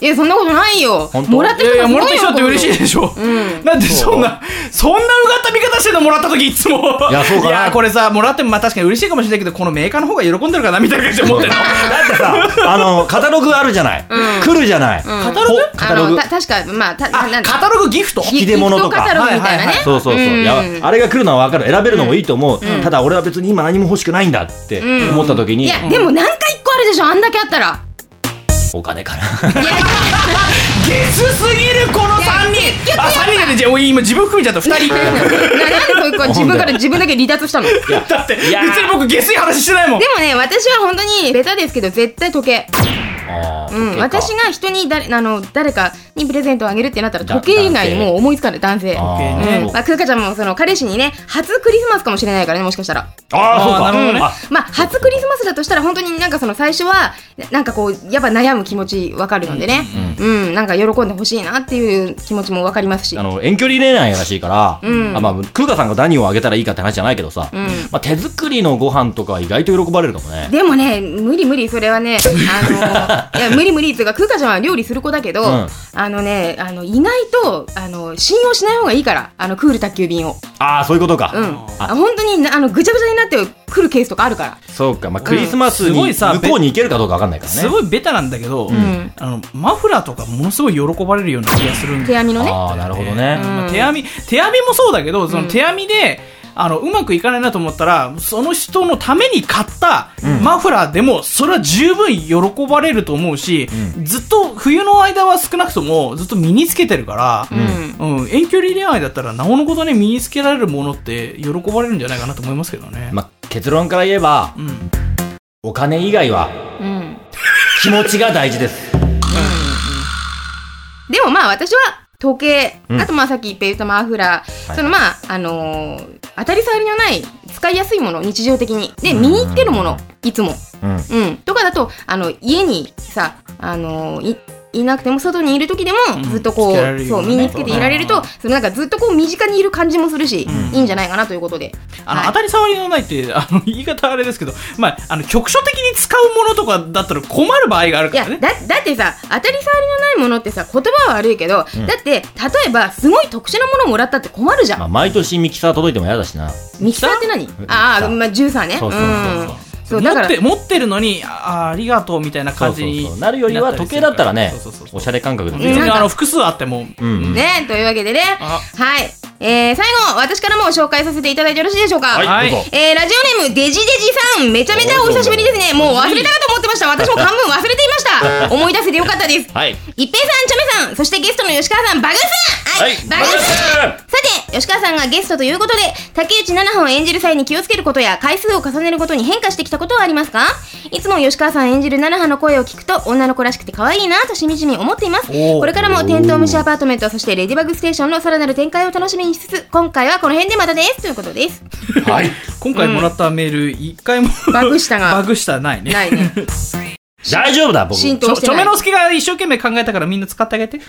いやそんなことないよ本当もらっーていやいやすもごらっいてきたって嬉しいでしょんなんでそんなそんなうがった見方してんのもらった時いつもいやそうかないやこれさもらってもまあ確かに嬉しいかもしれないけどこのメーカーの方が喜んでるかなみたいな感じで思 *laughs* ってるのだってさあのカタログあるじゃない、来るじゃない、カタログほカタロあのグた確かまあたあなんだカタログギフト引き出物とかギフトカタログみたいなはいはいねはいそうそうそう、んいやあれが来るのは分かる選べるのもいいと思う、ただ俺は別に今何も欲しくないんだって思った時いに、やでも何か一個あるでしょあんだけあったらお金かないやゲスすぎるこの3いや結人局やっぱあ三3人なんでじゃあ俺今自分含めちゃった2人 *laughs* ななんでそういう子は自分から自分だけ離脱したのでだって別いやに僕ゲスい話してないもんもね私は本当にベタですけど絶対時計、 *laughs* あーう時ん、計か私が人に誰あの誰かにプレゼントをあげるってなったらだ時計以外にもう思いつかない男性あ時ー計ねそうまあ、空花ちゃんもその彼氏にね初クリスマスかもしれないからねもしかしたらあーそうかあーなるほどねあまあ初クリスマスだとしたら本当になんかその最初はなんかこうやっぱ悩む気持ちわかるのでねうん、なんか喜んでほしいなっていう気持ちもわかりますしあの遠距離恋愛らしいから、あまあ、空花さんが何をあげたらいいかって話じゃないけどさ、まあ、手作りのご飯とかは意外と喜ばれるかもね。でもね無理無理それはねあ *laughs* いや無理無理っていうか空花ちゃんは料理する子だけど、うんあのねあのいないとあの信用しない方がいいからあのクール宅急便を、ああそういうことか、うん、ああ本当になあのぐちゃぐちゃになってくるケースとかあるから、そうか、まあ、クリスマスすにごいさ向こうに行けるかどうかわかんないからねすごいベタなんだけど、んあのマフラーとかものすごい喜ばれるような気がするんだ手よ編みのねああなるほどね、まあうん手編み手編みもそうだけどその手編みで、あのうまくいかないなと思ったらその人のために買ったマフラーでもそれは十分喜ばれると思うし、ずっと冬の間は少なくともずっと身につけてるから、うんうん、遠距離恋愛だったらなおのことね身につけられるものって喜ばれるんじゃないかなと思いますけどね。まあ、結論から言えばうん、お金以外はうん気持ちが大事ですでもまあ私は時計、うんあとまあさっき言ったマフラー、はいそのまああのー当たり障りのない使いやすいもの日常的にで身につけるものいつも、うんうん、とかだとあの家にさあのいいなくても外にいる時でもうんずっとこつう,、けられるよそうなう身につけていられると、うんそのなんかずっとこう身近にいる感じもするし、うんいいんじゃないかなということで、あの、はい当たり障りのないって、あの、言い方あれですけど、まあ、あの、局所的に使うものとかだったら困る場合があるいかやらだね。だってさ当たり障りのないものってさ言葉は悪いけど、だって例えばすごい特殊なものもらったって困るじゃんまあ、毎年ミキサー届いても嫌だしなミキサーって何キサーああ、まあ、ジューサーね。そうそうそうそううんそうだから持って、持ってるのに、あありがとうみたいなそ感うじそうにそうなるよりはなたり時す計るだったらねそうそうそうおしゃれ感覚で別すにようんあの、複数あっても。うんうんねというわけでね。あはい。えー、最後、私からも紹介させていただいてよろしいでしょうか。はいいどうぞえー、ラジオネーム、デジデジさん、めちゃめちゃお久しぶりですね。もう忘れたかと思ってました。私も漢文忘れていました。思い出せてよかったです。はい一平さん、チョメさん、そしてゲストの吉川さん、バグーさんはいバグーさんバグーさて、吉川さんがゲストということで、竹内奈々葉を演じる際に気をつけることや、回数を重ねることに変化してきたことはありますかいつも吉川さん演じる奈々葉の声を聞くと、女の子らしくて可愛いなとしみじみ思っています。おーこれからも、テントウムシアパートメント、そしてレディバグステーションのさらなる展開を楽しみにしつつ、今回はこの辺でまたです。ということです。はい今回もらったメール、一回も。バグしたがバグしたないね。ないね。大丈夫だ僕浸ちょ透してちょなめいの。すけが一生懸命考えたからみんな使ってあげて。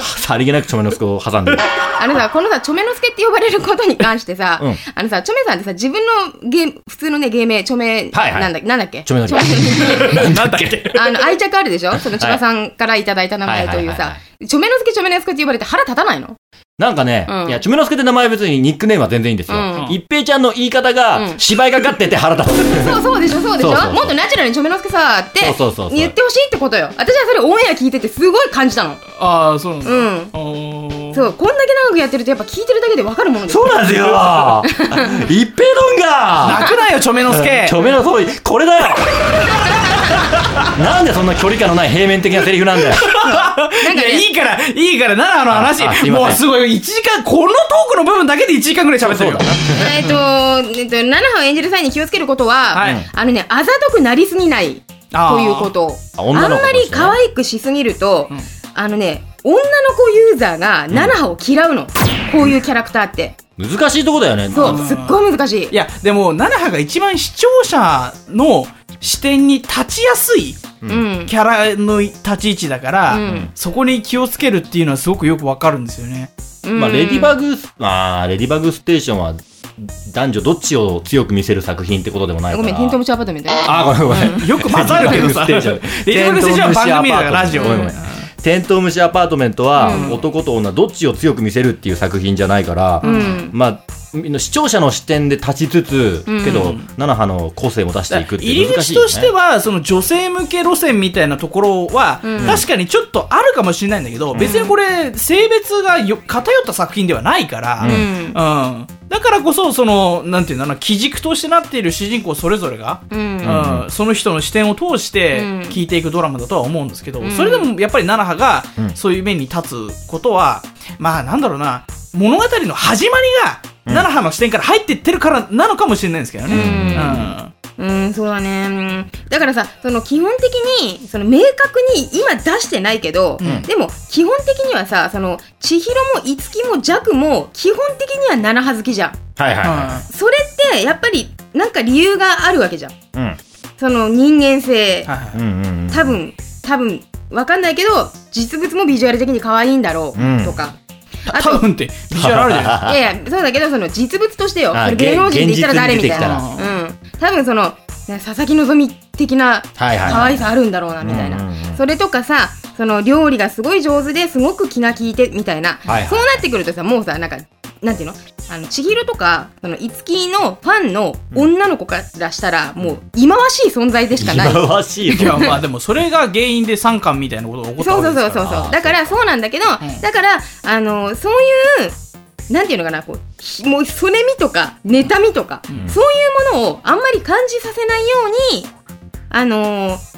さりげなくちょめのすこを挟んでるあのさ、このさ、チョメの助って呼ばれることに関してさ、うんあのさ、チョメさんってさ、自分のゲー普通のね、芸名、チョメ、はいはいなんだなんだっけちょめのりチョメなんだっけあの、愛着あるでしょその千葉さんからいただいた名前といはいうはいはいさは、チョメの助、チョメの助って呼ばれて腹立たないのなんかね、うんいや、ちょめのすけって名前は別にニックネームは全然いいんですよ。うん一平ちゃんの言い方うがん芝居がかってて腹立つ。そうそうでしょそうでしょ *laughs* そうそうそうもっとナチュラルにチョメの助さってそうそうそうそう言ってほしいってことよ。私はそれオンエア聞いててすごい感じたの。ああ、そうなんだ。うんあーそう、こんだけ長くやってるとやっぱ聞いてるだけでわかるものです *laughs* そうなんですよ *laughs* 一平丼が泣くなよ、ちょめのすけち。ょめの総理、これだよなんでそんな距離感のない平面的なセリフなんだよ。ないんかや、ねいいから、いいから、奈良のああす話、いませんもうすごい、1時間、このトークの部分だけで1時間ぐらい喋ってるよ。えっと、えっと、奈々を演じる際に気をつけることは、はいあのね、あざとくなりすぎないあーということ。ああ女のん子まですねり可愛くしすぎると、うんあのね、女の子ユーザーが奈々を嫌うの、こういうキャラクターって。難しいとこだよね。そう、すっごい難しい。いや、でも、奈々葉が一番視聴者の視点に立ちやすいうん。キャラの立ち位置だから、うんそこに気をつけるっていうのはすごくよくわかるんですよね。まあ、レディバグ。グス、あーレディバグステーションは男女どっちを強く見せる作品ってことでもないかごら。めん、テントウムシアパートメント。あー、ごめんごめん。よく混ざるけ *laughs* ど *laughs* さ、レレデディバィバググスステテーーシショョンは番ンは番組組だかだからら、ララジジオオ。ごめんごめんテントウムシアパートメントはうん男と女どっちを強く見せるっていう作品じゃないから、んまあみんな視聴者の視点で立ちつつ、うんけど菜の葉の個性も出していくって入り難し口いよねとしては、その女性向け路線みたいなところは、うん確かにちょっとあるかもしれないんだけど、別にこれ、性別がよ偏った作品ではないから、ううん。うん、だからこそそのなんていうのかな基軸としてなっている主人公それぞれが、うん。うんその人の視点を通してうん聞いていくドラマだとは思うんですけど、うんそれでもやっぱり奈良葉うんがそういう面に立つことは、まあなんだろうな物語の始まりが奈良葉の視点から入ってってるからなのかもしれないんですけどね。うんうんうん、そうだね。うんだからさ、その基本的に、その明確に今出してないけど、うんでも基本的にはさ、その千尋も五木も弱も基本的には七葉好きじゃん。はいはいはそれってやっぱりなんか理由があるわけじゃん。い、うんその人間性、はいはいうんうんうん多分多分わかんないけど実物もビジュアル的に可愛いんだろうんうとか、あ多と分ってビジュアルあるじゃないいやいやそうだけどその実物としてよあその芸能人で言ったら誰みたい現な、うん、多分そのね佐々木希的なはいはい可愛さあるんだろうなみたいな、うんうんうんそれとかさその料理がすごい上手ですごく気が利いてみたいな、はいはいそうなってくるとさもうさなんかなんていうのあの千尋とかその五木のファンの女の子からしたら、もう忌まわしい存在でしかない忌まわしい *laughs* いやまあでもそれが原因で三冠みたいなことが起こったそうわそけうでそすうそうからそうだからそうなんだけど、んだからあのそういうなんていうのかなこうひもうそれみとか妬みとか、そういうものをあんまり感じさせないようにあのー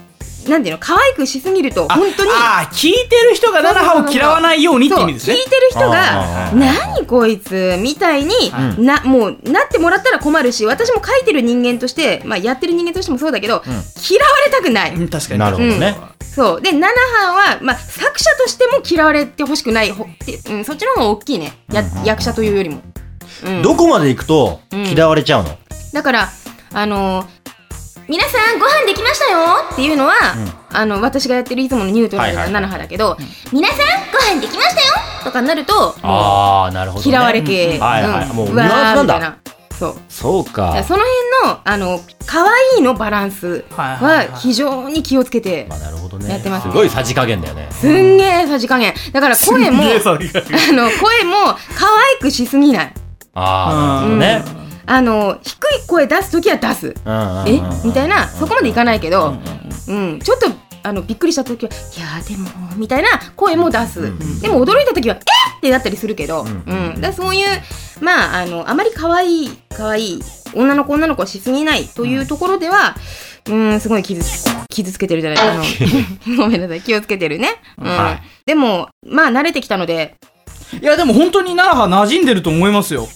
なんていうの可愛くしすぎるとあ本当にああ聞いてる人が奈良葉を嫌わないようにって意味ですねそう聞いてる人あがー何こいつみたいに、うなもうなってもらったら困るし私も書いてる人間としてまあやってる人間としてもそうだけど、ん嫌われたくない、うん確かになるほどねそうでナナハンは、まあ、作者としても嫌われてほしくないほって、うん、そっちの方が大きいねや、役者というよりも、うん、どこまで行くと嫌われちゃうの、だからあのー皆さんご飯できましたよっていうのは、あの私がやってるいつものニュートラルはいなはいナナハだけど、皆さんご飯できましたよとかになるともああなるほど、うね、嫌われ系、うんはいはい、んもうニュわーアンスなんみたいだそうそうだからかその辺のあの可愛いのバランスはいはいは非常に気をつけてまあなるほどねやってますすごいさじ加減だよねすんげえさじ加減だから声すもんげえそれがあの声も可愛くしすぎない。ああうんなるほどね、あの低い声出すときは出す。うんうんえうんみたいなそこまでいかないけど、うん、ちょっとあのびっくりしたときは「いやーでも」みたいな声も出す、でも驚いたときは「えっ!」ってなったりするけど、うんだからそういうまああのあまり可愛い可愛い女の子女の子はしすぎないというところではうんすごい傷つ傷つけてるじゃないあの *laughs* ごめんなさい気をつけてるね、うんはいでもまあ慣れてきたのでいやでも本当に奈良葉馴染んでると思いますよ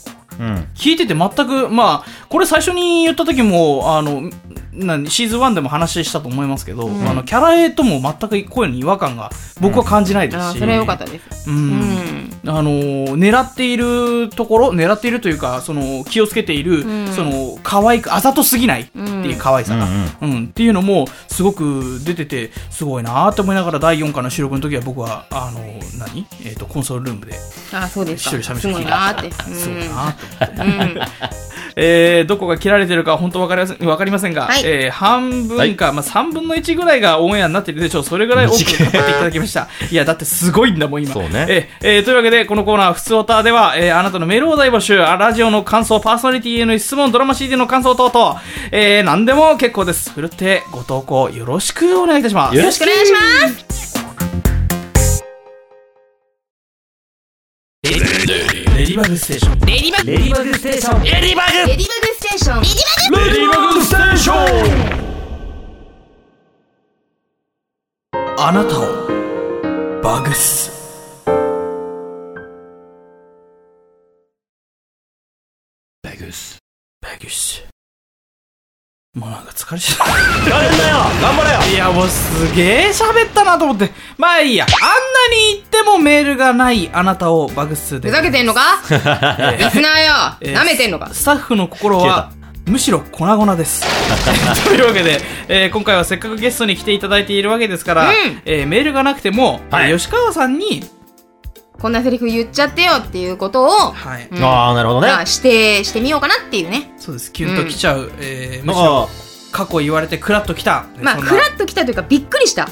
うん聞いてて全くまあこれ最初に言った時もあのなシーズン1でも話したと思いますけど、あのキャラ絵とも全く声に違和感が僕は感じないですあし、ーそれは良かったです。うんうんあのー狙っているところ狙っているというかその気をつけている、んその可愛くあざとすぎないっていう可愛さが、ううんんっていうのもすごく出ててすごいなーって思いながら第4巻の収録の時は僕はあのー何、えー、とコンソールルームであそうで一す人か。寂しすくご聞いいたなーって。すごいなーって思って。うんえーどこが切られてるか本当わかりませんわかりませんが、はいえー半分か、まあ、3分の1ぐらいがオンエアになってるでしょうそれぐらい多く語っていただきま *laughs* したいやだってすごいんだもん今そうねえーえーというわけでこのコーナー「ふつおた」では、えーあなたのメールを大募集あラジオの感想パーソナリティへの質問ドラマ CD の感想等々、えー何でも結構ですふるってご投稿よろしくお願いいたしますよよろしくお願いします。レディバグステーションレディバグレディバグステーション。レディバグレディバグステーション。レディバレディバグステーションあなたをバグスバグスバグスもうなんか疲れちゃっやれんなよ頑張れよたいやもうすげえ喋ったなと思ってまあいいやあんなに言ってもメールがないあなたをバグスグでふざけて *laughs* んのかリスナーえーよ。舐めてんのかスタッフの心はむしろ粉々です *laughs* というわけで、えー今回はせっかくゲストに来ていただいているわけですから、うんえーメールがなくても、はいえー吉川さんに、こんなセリフ言っちゃってよっていうことを、はいうんああなるほどねまあ指定してみようかなっていうね。そうですキュンときちゃう、えーむしあろ過去言われてクラッときた、まあ、そんなふらっと来たというか、びっくりした。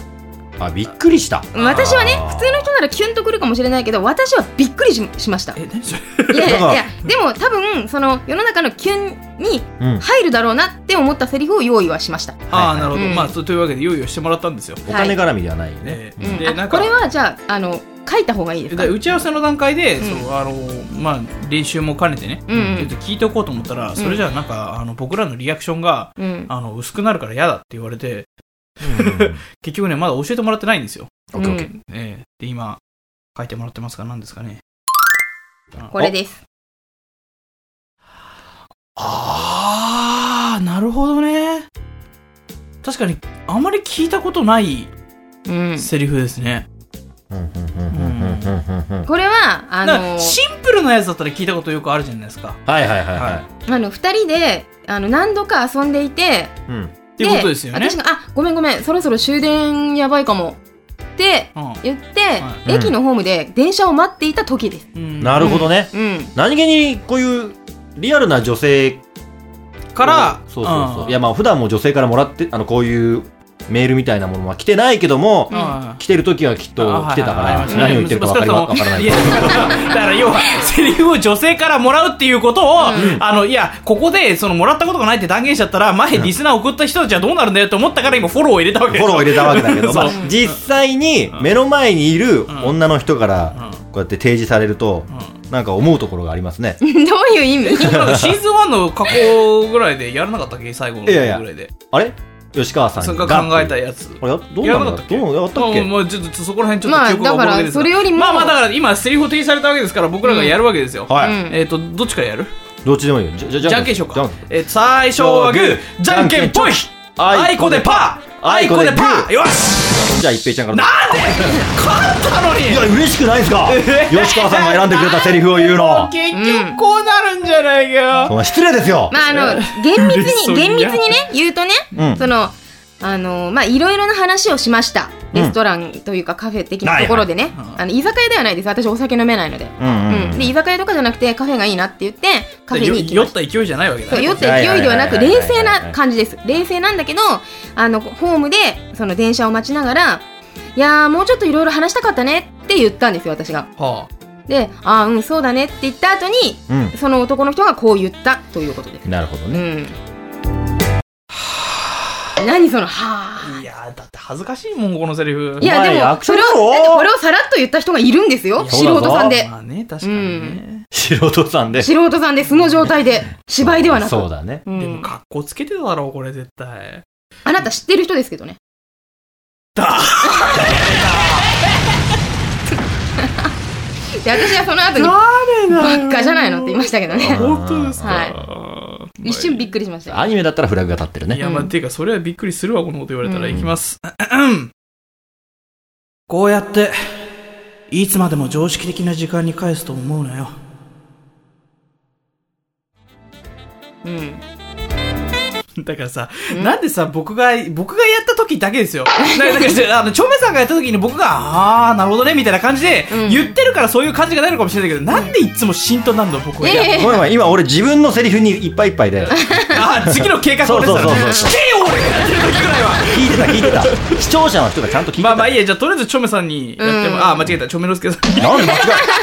ーあびっくりした私はねあー、普通の人ならキュンとくるかもしれないけど、私はびっくりししました。え何それいやいだから *laughs* やいや、でも多分、その世の中のキュンにうん入るだろうなって思ったセリフを用意はしました。ああなるほど、うんまあとというわけで用意をしてもらったんですよ、お金絡みではないね、えうーん、でなあんかこれはじゃああの書いた方がいいですかで打ち合わせの段階で、うんそうあのまあ、練習も兼ねてね、うんうんちょっと聞いておこうと思ったら、それじゃあなんかあの僕らのリアクションがうんあの薄くなるから嫌だって言われてうんうん結局ねまだ教えてもらってないんですよ、オッケーオッケーえーで今書いてもらってますが何ですかねこれですああなるほどね確かにあまり聞いたことないうんセリフですね、うんうんうんうんうんうんうんこれはあだからのシンプルなやつだったら聞いたことよくあるじゃないですかはいはいはいははいあの二人であの何度か遊んでいてうんっていうことですよね私が「あごめんごめんそろそろ終電やばいかも」ってうん言って、はい駅のホームで電車を待っていた時です。うんなるほどねうん何気にこういうリアルな女性からそうそうそう、んいやまあ普段も女性からもらってあのこういうメールみたいなものは来てないけども、うん来てる時はきっと来てたかあら、はいはい何を言ってるか分かりわかからないいやだから要はセリフを女性からもらうっていうことを、あのいやここでそのもらったことがないって断言しちゃったら前リスナー送った人たちはどうなるんだよと思ったから今フォローを入れたわけでフすォローを入れたわけだけ *laughs* ど、そまうあ、実際に目の前にいる女の人からうこうやって提示されると、なんか思うところがありますね。 *laughs* どういう意味なんかシーズン1の加工ぐらいでやらなかったっけ最後のぐいやいやらいであれ吉川さんそれがが考えたやつあれどうなんだやらなかったっけどうやったっまあけ、まあちょっとそこら辺ちょっまとあ記憶がおぼろげですがだからそれよりもまあまあだから今セリフを提示されたわけですから僕らがやるわけですよ、はい、うんえっ、とどっちからやるどっちでもいいよ。じゃじじゃんけんしようかえー最初はグーじゃんけんぽいあいこでパーああいいここででパパーーよしじゃあ一平ちゃんから。なんで勝ったのにいや嬉しくない *laughs* ですか吉川さんが選んでくれたセリフを言うの。結局こうなるんじゃないかよ、そんな失礼ですよ。まああの厳密嬉し *laughs* そうにに厳密にね言うとね、うんそのあのまあいろいろな話をしましたレストランというかカフェ的なところでね、あの居酒屋ではないです私お酒飲めないので、うんうんうんで居酒屋とかじゃなくてカフェがいいなって言ってカフェに行き酔まっしたた勢いじゃないわけだそうね酔った勢いではなくはいはいは冷いはい静な感じです冷静なんだけどあのホームでその電車を待ちながら「いやーもうちょっといろいろ話したかったね」って言ったんですよ私がはで「ああうんそうだね」って言った後にうん。その男の人がこう言ったということですなるほどうね。ん何その「はああいやーだって恥ずかしいもんこのセリフ」いやおで前も役そ者れだろをだってこれをさらっと言った人がいるんですよ素そうだぞ人さんでまあね確かにね、素人さんで。素人さんで素の状態で芝居ではなくそうだね。うでもん、格好つけてただろうこれ絶対あなた知ってる人ですけどね *laughs* で私はその後に誰バっかじゃないのって言いましたけど *laughs* ね。本当ですか、はいまあ一瞬びっくりしましたよ。アニメだったらフラグが立ってるいね。や、まあ、うんていうか、それはびっくりするわ、このこと言われたら。ういんきます。こうやって、いつまでも常識的な時間に返すと思うなよ。うん。だからさ、なんでさ、僕が、僕がやった時だけですよ。だからだ *laughs* から、あの、チョメさんがやった時に僕が、あー、なるほどね、みたいな感じで、うん言ってるからそういう感じがないのかもしれないけど、なんでいつも浸透なんの、僕が。ええごめんごめん、今俺自分のセリフにいっぱいいっぱいで。あー、次の計画をそうそうそうそうしてよ、俺がやってる時ぐらいは。 *laughs* 聞いてた聞いてた。視聴者の人がちゃんと聞いてた。まあまあいいや、じゃあ、とりあえずチョメさんにやっても、うあんー、間違えた、チョメのすけさんに。なんで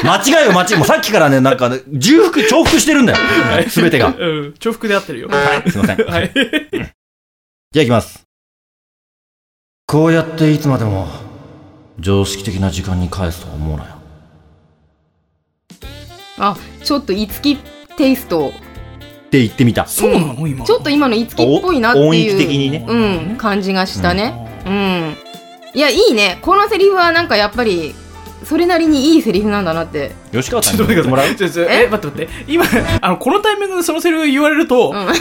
間違い、間違いよ、間違い。もうさっきからね、なんかね、重複、重複してるんだよ。すべてが。うん、重複で合ってるよ。はい。すいません。じゃはい。あ行きます。こうやっていつまでも、常識的な時間に返すとは思うなよ。あ、ちょっといつきテイスト。って言ってみた。そうなの今。ちょっと今のいつきっぽいなってお音域的いう、にね。うん、感じがしたね。うん。いや、いいね。このセリフはなんかやっぱり、それなりにいいセリフなんだなって。吉川ちさんょっとに待っ言っくださててもらうい。ちょちょえ、待って待って。今、あの、このタイミングでそのセリフ言われると、うん。いや、まあ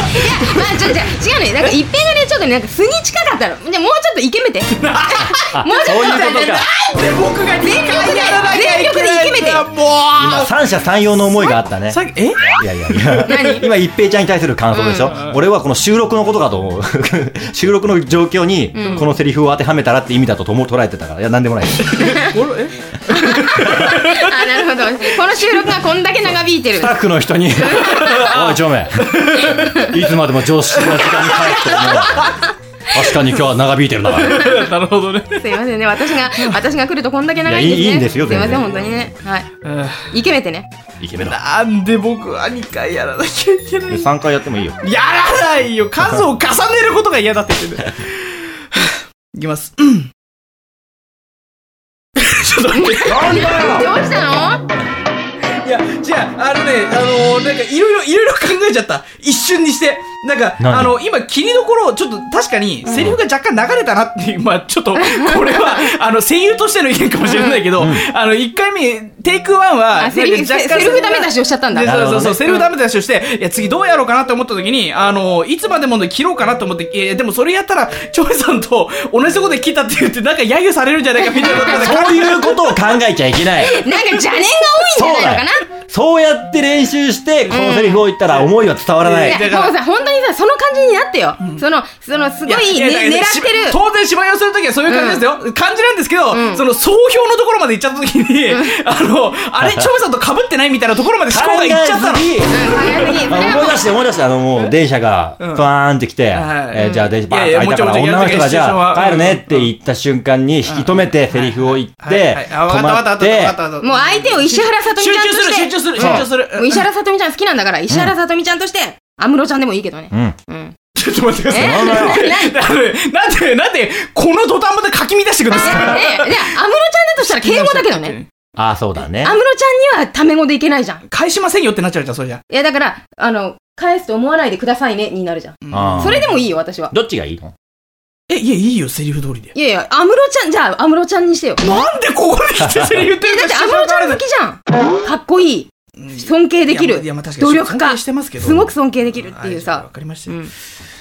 *laughs* ちょっと違うね。なんか一平がね、ちょっとねなんか素に近かったの。じゃあもうちょっとイケメて。もうちょっ *laughs* あ、そとういうことか。で、僕が全力で、全力でイケメて。今、三者三様の思いがあったね。さっき、えいやいやいや何今一平ちゃんに対する感想でしょ、うん俺はこの収録のことかと思う *laughs* 収録の状況にこのセリフを当てはめたらって意味だととも捉えてたからいや何でもないですこれ、えあ、なるほど。この収録がこんだけ長引いてる *laughs* スタ。ッフの人に「おい長明いつまでも常識な時間に帰っても確かに今日は長引いてる *laughs* な」なるほどね。すいませんね、私が、私が来るとこんだけ長いんですね。いやいいいいんですよすいません、全然本当にね。はい。うんイケメンってね。イケメンだなんで僕は2回やらなきゃいけないの3回やってもいいよ *laughs* やらないよ数を重ねることが嫌だって言 *laughs* ってる。いきます。うん *laughs* ちょっと待って。 *laughs* どうしたのいや、じゃあ、あのね、あのーなんか、いろいろ、いろい *laughs* ろ考えちゃった。一瞬にして。なんか、何あの、今、切りどころ、ちょっと、確かに、セリフが若干流れたなっていう、まあ、 *laughs* ちょっと、これは、あの、声優としての意見かもしれないけど、あの、1回目、テイクワンは、あ、セリフ、なんかセ若セ干ルフダメ出しをしちゃったんだ。でうそうなるそほうどそう、ねセルフダメ出しをして、いや、次どうやろうかなって思った時に、あの、いつまでも切ろうかなと思って、いや、でもそれやったら、チョイさんと同じとこで切ったって言って、なんか揶揄されるんじゃないかみたいなことでそういうことを考えちゃいけないんなんか邪念が多いんじゃないのかなそうやって練習して、このセリフを言ったら思いは伝わらない。だいかやらもうさ本当にさその感じになってよ、そのそのすごいいやいやね、狙ってだかるらし当然芝居をするときはそういう感じですよ、感じなんですけど、うんその総評のところまで行っちゃったときに、あのあれチョメさんと被ってないみたいなところまで思考が行っちゃったの考えずにうん考えすぎそれはも思い出して思い出してあのもう電車がうんバーンって来て、はいえーじゃあ電車バーンっていや開いいやたかもちらろん女の人がじゃやる時あ帰るはねって言った瞬間に引き止めてセリフを言っはいてはいあわか止ったわかっまったわかてったわかったもう相手を石原さとみ集ちゃ中んとするして集中する集中する *laughs* もう石原さとみちゃん好きなんだから石原さとみちゃんとして安室ちゃんでもいいけどねうんうん *laughs* ちょっと待ってくださいえなん *laughs* でなんでなんでこの土壇場でかき乱してくだえさいえ安室ちゃんだとしたら敬語だけどねああそうだね安室ちゃんにはタメ語でいけないじゃん返しませんよってなっちゃうじゃんそれじゃいやだからあの返すと思わないでくださいねになるじゃんあーそれでもいいよ私はどっちがいいのえいやいいよセリフ通りでいやいや安室ちゃんじゃあ安室ちゃんにしてよなんでここに来てセリフってえだって安室ちゃん好きじゃんかっこいい尊敬できるいやまあ確かに努力尊家敬してますけどすごく尊敬できるっていうはじゃあさわかりましたうよん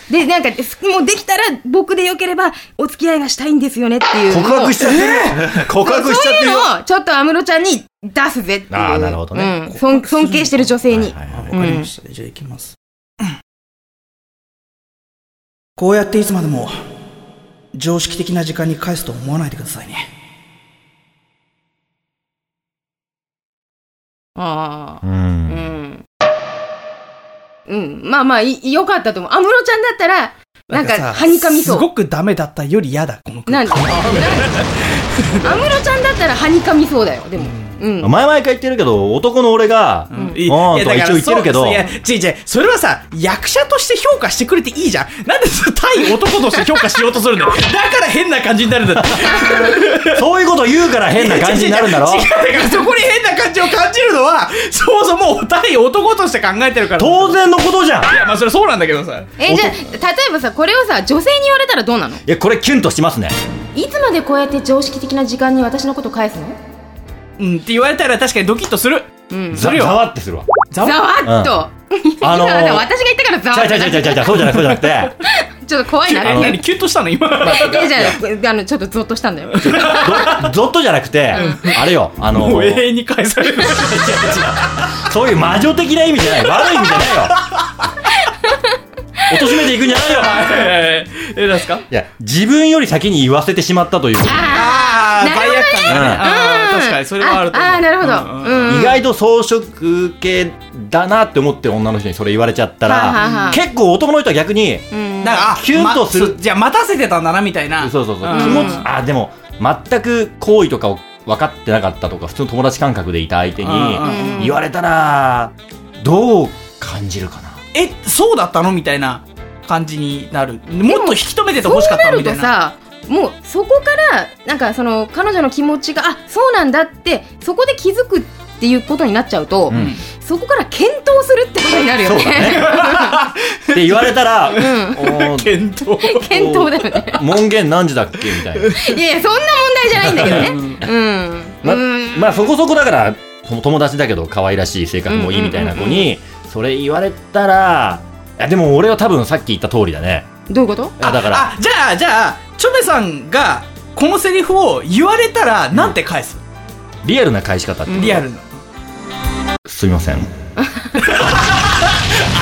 でなんかすもうできたら僕でよければお付き合いがしたいんですよねっていう告白しちゃってるよ *laughs* 告白しちゃってるよそういうのをちょっと安室ちゃんに出すぜっていうあーなるほどねうん尊尊敬してる女性はいにはいわはいかりました、じゃあ行きますこうやっていつまでも常識的な時間に返すと思わないでくださいねあうあうんんうんまあまあいよかったと思う安室ちゃんだったらなんかはにかみすそうごくダメだったより嫌だこの空な間んで安室ちゃんだったらはにかみそうだよでもう前ん々から言ってるけど男の俺がうんうんとか一応言ってるけどいや、ちいちい、それはさ、役者として評価してくれていいじゃん。なんでその対男として評価しようと *laughs* するんだよ。だから変な感じになるんだって。そういうこと言うから変な感じになるんだろ *laughs* *laughs* 違う違う違うだからそこに変な感じを感じるのは、そもそも対男として考えてるから。当然のことじゃんいいや、まあそれそうなんだけどさ。えじゃあ例えばさこれをさ女性に言われたらどうなのやこれキュンとしますねいつまでこうやって常識的な時間に私のこと返すのうんって言われたら確かにドキッとする。うんそざれよざわってするわざざわっと、あのー今の *laughs* 私が言ったからざわちゃっうちゃうちゃうちゃうとちゃうそうじゃなくそうじゃなく *laughs* てちょっと怖いなあって何キュッとしたの今。いやじゃああのちょっとゾッとしたんだよどゾッとじゃなくて、あれよ、あの *laughs* *laughs* もう永遠に返され *laughs* る。そういう魔女的な意味じゃない、悪い意味じゃないよ。貶としめていくんじゃないよ。えー、え、ですかいや、自分より先に言わせてしまったという。あなるほどね罪悪感がね。あーうん確かに、それはあると思う。ああーなるほうんうんどうん意外と装飾系だなって思ってる女の人にそれ言われちゃったはあはあはらあ、結構男の人は逆に、うんなんか、あキュンとするまそじゃあ、待たせてたんだな、みたいな。そうそうそう、ん気持ち、あ、でも、全く好意とかを分かってなかったとか、普通の友達感覚でいた相手にうんうんうん言われたら、どう感じるかな。え、そうだったのみたいな感じになる。もっと引き止めててそう欲しかったなのみるたといな。さもうそこからなんかその彼女の気持ちがあそうなんだってそこで気づくっていうことになっちゃうと、うんそこから検討するってことになるよそうねだね。って言われたら、おー検討。 *laughs* 検討だよね門限何時だっけみたいな。いやいやそんな問題じゃないんだけ *laughs* どねうん、まうん、まあそこそこだから、と友達だけど可愛らしい性格もいいみたいな子に、それ言われたら、いやでも俺は多分さっき言った通りだね。どういうこといやだから、あ、あじゃあ、じゃあ、チョメさんが、このセリフを言われたら、なんて返すリアルな返し方って。うんリアルの。すみません。あ、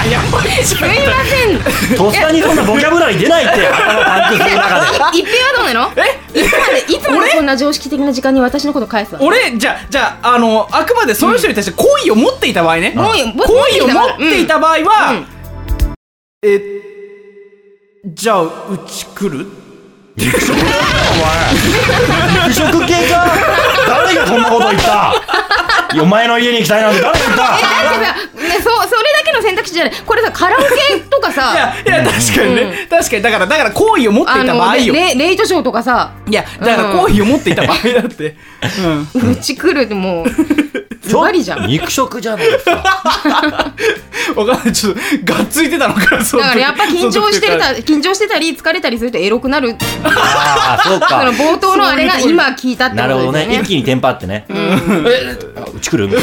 やばいじゃすいまん。せんとっさにそんなボキャブラリー出ないって、頭パンクする中で。一平はどうなのいつまでいつまでこんな常識的な時間に私のこと返すわ俺、じゃあ、じゃあ、あの、あくまでその人に対して好意を持っていた場合ね。好意を持っていた場合好意を持っていた場合うんうはん、え、じゃあ、うち来る腐食系か誰がそんなこと言ったいやお前の家に行きたいなんて誰が言っただってさ、ね、そうそれだけの選択肢じゃないこれさカラオケとかいやさ、いや、確かにね。確かに、だから、だから、好意を持っていた場合よ。レレイトショーとかさいや、だからうん好意を持っていた場合だって。うん。うち来るってもうズバリじゃんだ肉食じゃないですか。わかんない。ちょっと、がっついてたのかな、その時からやっぱ緊張してそるの時たから緊張してたり疲れたりするとエロく *laughs* なるああ、そうそかの。冒頭のあれが今聞いたってなこるほとどですよね。ね一気にテンパってね。え、あうち来るね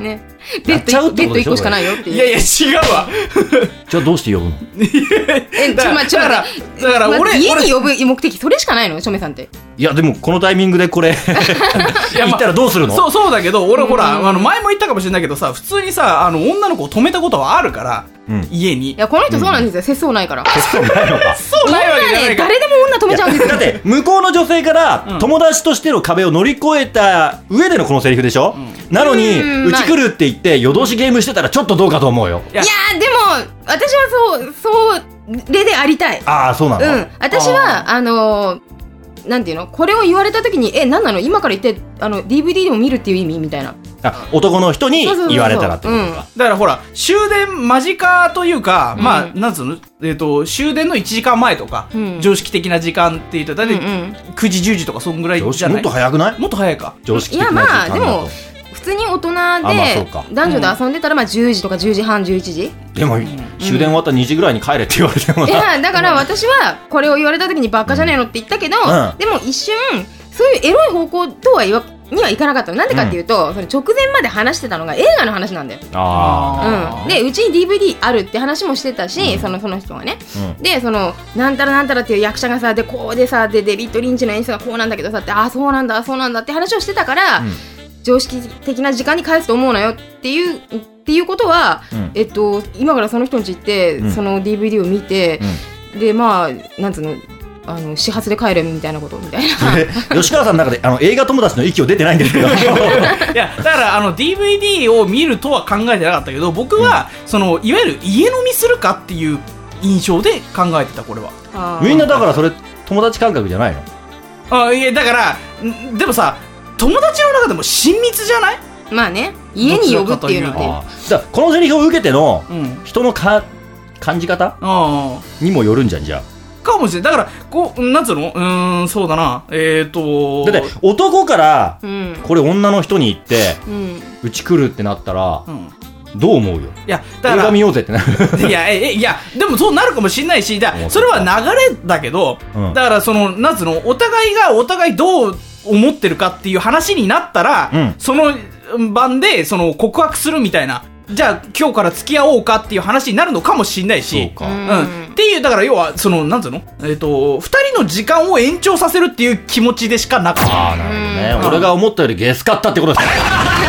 ベやっッちゃうドっベてッこドとで1しょ個しかないよっていういやいや、違うわ。じゃあどうして呼ぶのえちょまあちょだから、だから待っ俺、て家俺に呼ぶ目的それしかないのしょめさんっていや、でもこのタイミングでこれ、行いやまあったらどうするのそうそうだけど俺ほら、あの前も言ったかもしれないけどさ普通にさあの女の子を止めたことはあるから、うん家にいや、この人そうなんですよ。節操ないから。そうないのかそうないわけじゃ女なね、いから誰でも女止めちゃうんですだよっ。て向こうの女性からうん友達としての壁を乗り越えた上でのこのセリフでしょ、なのにうんうち来るって言って夜通しゲームしてたらちょっとどうかと思うよいやいや、でも、私はそう、そう、れでありたい。ああそうなうの、ん。私は、あのー、なんていうのこれを言われたときに、え、なんなの今から言って、あの、DVD でも見るっていう意味みたいな。あ男の人にそうそうそうそう言われたらってことかだからほら終電間近というか、うんまあなんつうの、えっと終電の1時間前とか、うん常識的な時間って言ったらうんう大体ん。 9時10時とかそんぐらい常じ識ゃもなっいと早くないもっと早いか常識的いやな時まあ間だと、でも普通に大人で、まあそうか男女で遊んでたら、まあ10時とか10時半、11時。 *laughs* でも終電終わったら2時ぐらいに帰れって言われてもいな、やだから私はこれを言われた時にバカじゃねえのって言ったけど、うんでも一瞬そういうエロい方向とは言わにはいかなかったのなんでかっていうと、その直前まで話してたのが映画の話なんだよ、ああーうん、でうちに DVD あるって話もしてたし、そのその人がね、うでそのなんたらなんたらっていう役者がさでこうでさでデビッド・リンチの演出がこうなんだけどさってああそうなんだあーそうなんだって話をしてたから、ん常識的な時間に返すと思うなよっていうっていうことは、うんえっと、今からその人んち行って、うんその DVD を見て、でまあなんつうのあの始発で帰れみたいなことみたいな。あ、 *laughs* 吉川さんの中であの映画友達の息を出てないんですけどいやだからあの DVD を見るとは考えてなかったけど僕は、そのいわゆる家飲みするかっていう印象で考えてたこれはあー *laughs* みんなだからそれ友達感覚じゃないのあいやだからんでもさ友達の中でも親密じゃない、まあね家に呼ぶっていうのってあーじゃあこのセリフを受けてのうん、人のか感じ方あにもよるんじゃんじゃかもしれないだからこうなんつうのうーんそうだなえっ、ー、とあだって男からうんこれ女の人に言ってうんうち来るってなったらうんどう思うよいやだ映から画見ようぜってな *laughs* るいや、え、えいや、でもそうなるかもしれないし、だうんそれは流れだけど、うんだからその、なんつうの、お互いがお互いどう思ってるかっていう話になったら、うんその番で、その告白するみたいな、じゃあ今日から付き合おうかっていう話になるのかもしれないし、かうんうん、っていう、だから要は、その、なんつうの、えっ、と、二人の時間を延長させるっていう気持ちでしかなかった。ああなるほどうんね俺が思ったよりゲスかったってことですね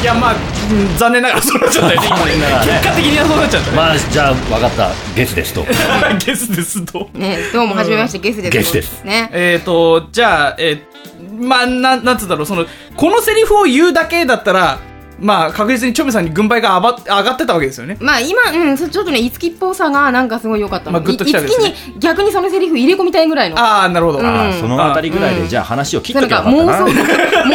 いや、まあ、うん残念ながらそうなっちゃったよね、今ね残念ながらね結果的にはそうなっちゃったね。まあじゃあ分かったゲスですと *laughs* ゲスですと。ねどうも初めましてゲスですゲスですねえー、と、じゃあ、えーまあ、ななんつうんだろう、その、このセリフを言うだけだったら、まあ、確実にチョメさんに軍配が上が上がってたわけですよね。まあ今うんそうちょっとねいつきっぽさがなんかすごい良かったのまあグッときたわけですねいいつきに逆にそのセリフ入れ込みたいぐらいのああ、なるほど。うんああそのあたりぐらいうんでじゃあ話を切っなとんけばかよかった妄な想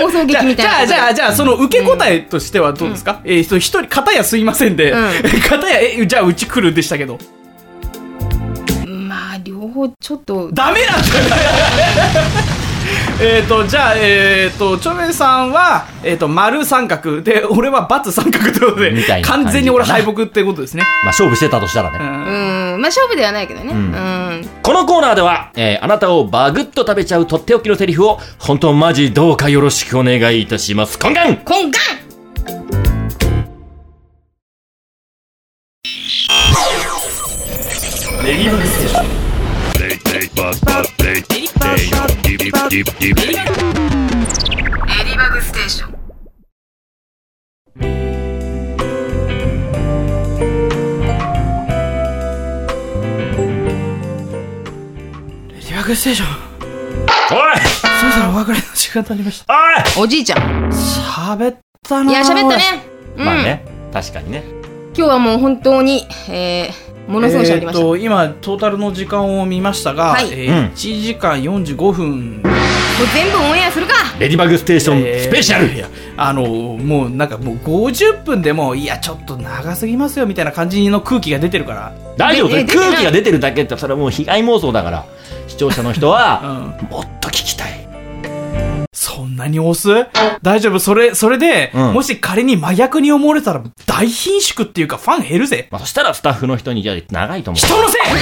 妄想じゃ劇あ、みじたいゃなあ、じゃあ、じゃあ、その受け答えとしてはどうですか、えー、その一人、片やすいませんで、う片や、え、じゃあ、うち来るでしたけど。まあ両方ちょっとダメなんだよ *laughs* えっと、じゃあ、えっ、と、チョメさんは、えっ、と、丸三角で、俺は×三角ということみたで、いな感じ完全に俺敗北ってことですね。まあ勝負してたとしたらねうんうんまあ勝負ではないけどねううんんこのコーナーでは、えーあなたをバグッと食べちゃうとっておきのセリフを、本当マジどうかよろしくお願いいたします。懇願こんがんエリバグステーションリバグステーション。おいそろそろお別れの時間となりました。おいおじいちゃん喋ったないいや喋ったねうん、まあね、確かにね。今日はもう本当に、えー、ものすごい喋りました、えー、と今トータルの時間を見ましたが、はいえうんー、1時間45分、もう全部オンエアするかレディバグステーションえースペシャル、いやあのもうなんかもう50分でもいやちょっと長すぎますよみたいな感じの空気が出てるから、大丈夫それえ出てない空気が出てるだけって、それはもう被害妄想だから、視聴者の人うは、ん、もっと聞きたい。そんなに押す大丈夫それそれで、うんもし仮に真逆に思われたら大貧縮っていうかファン減るぜまあ、そしたらスタッフの人に、じゃあ長いと思う。人のせい責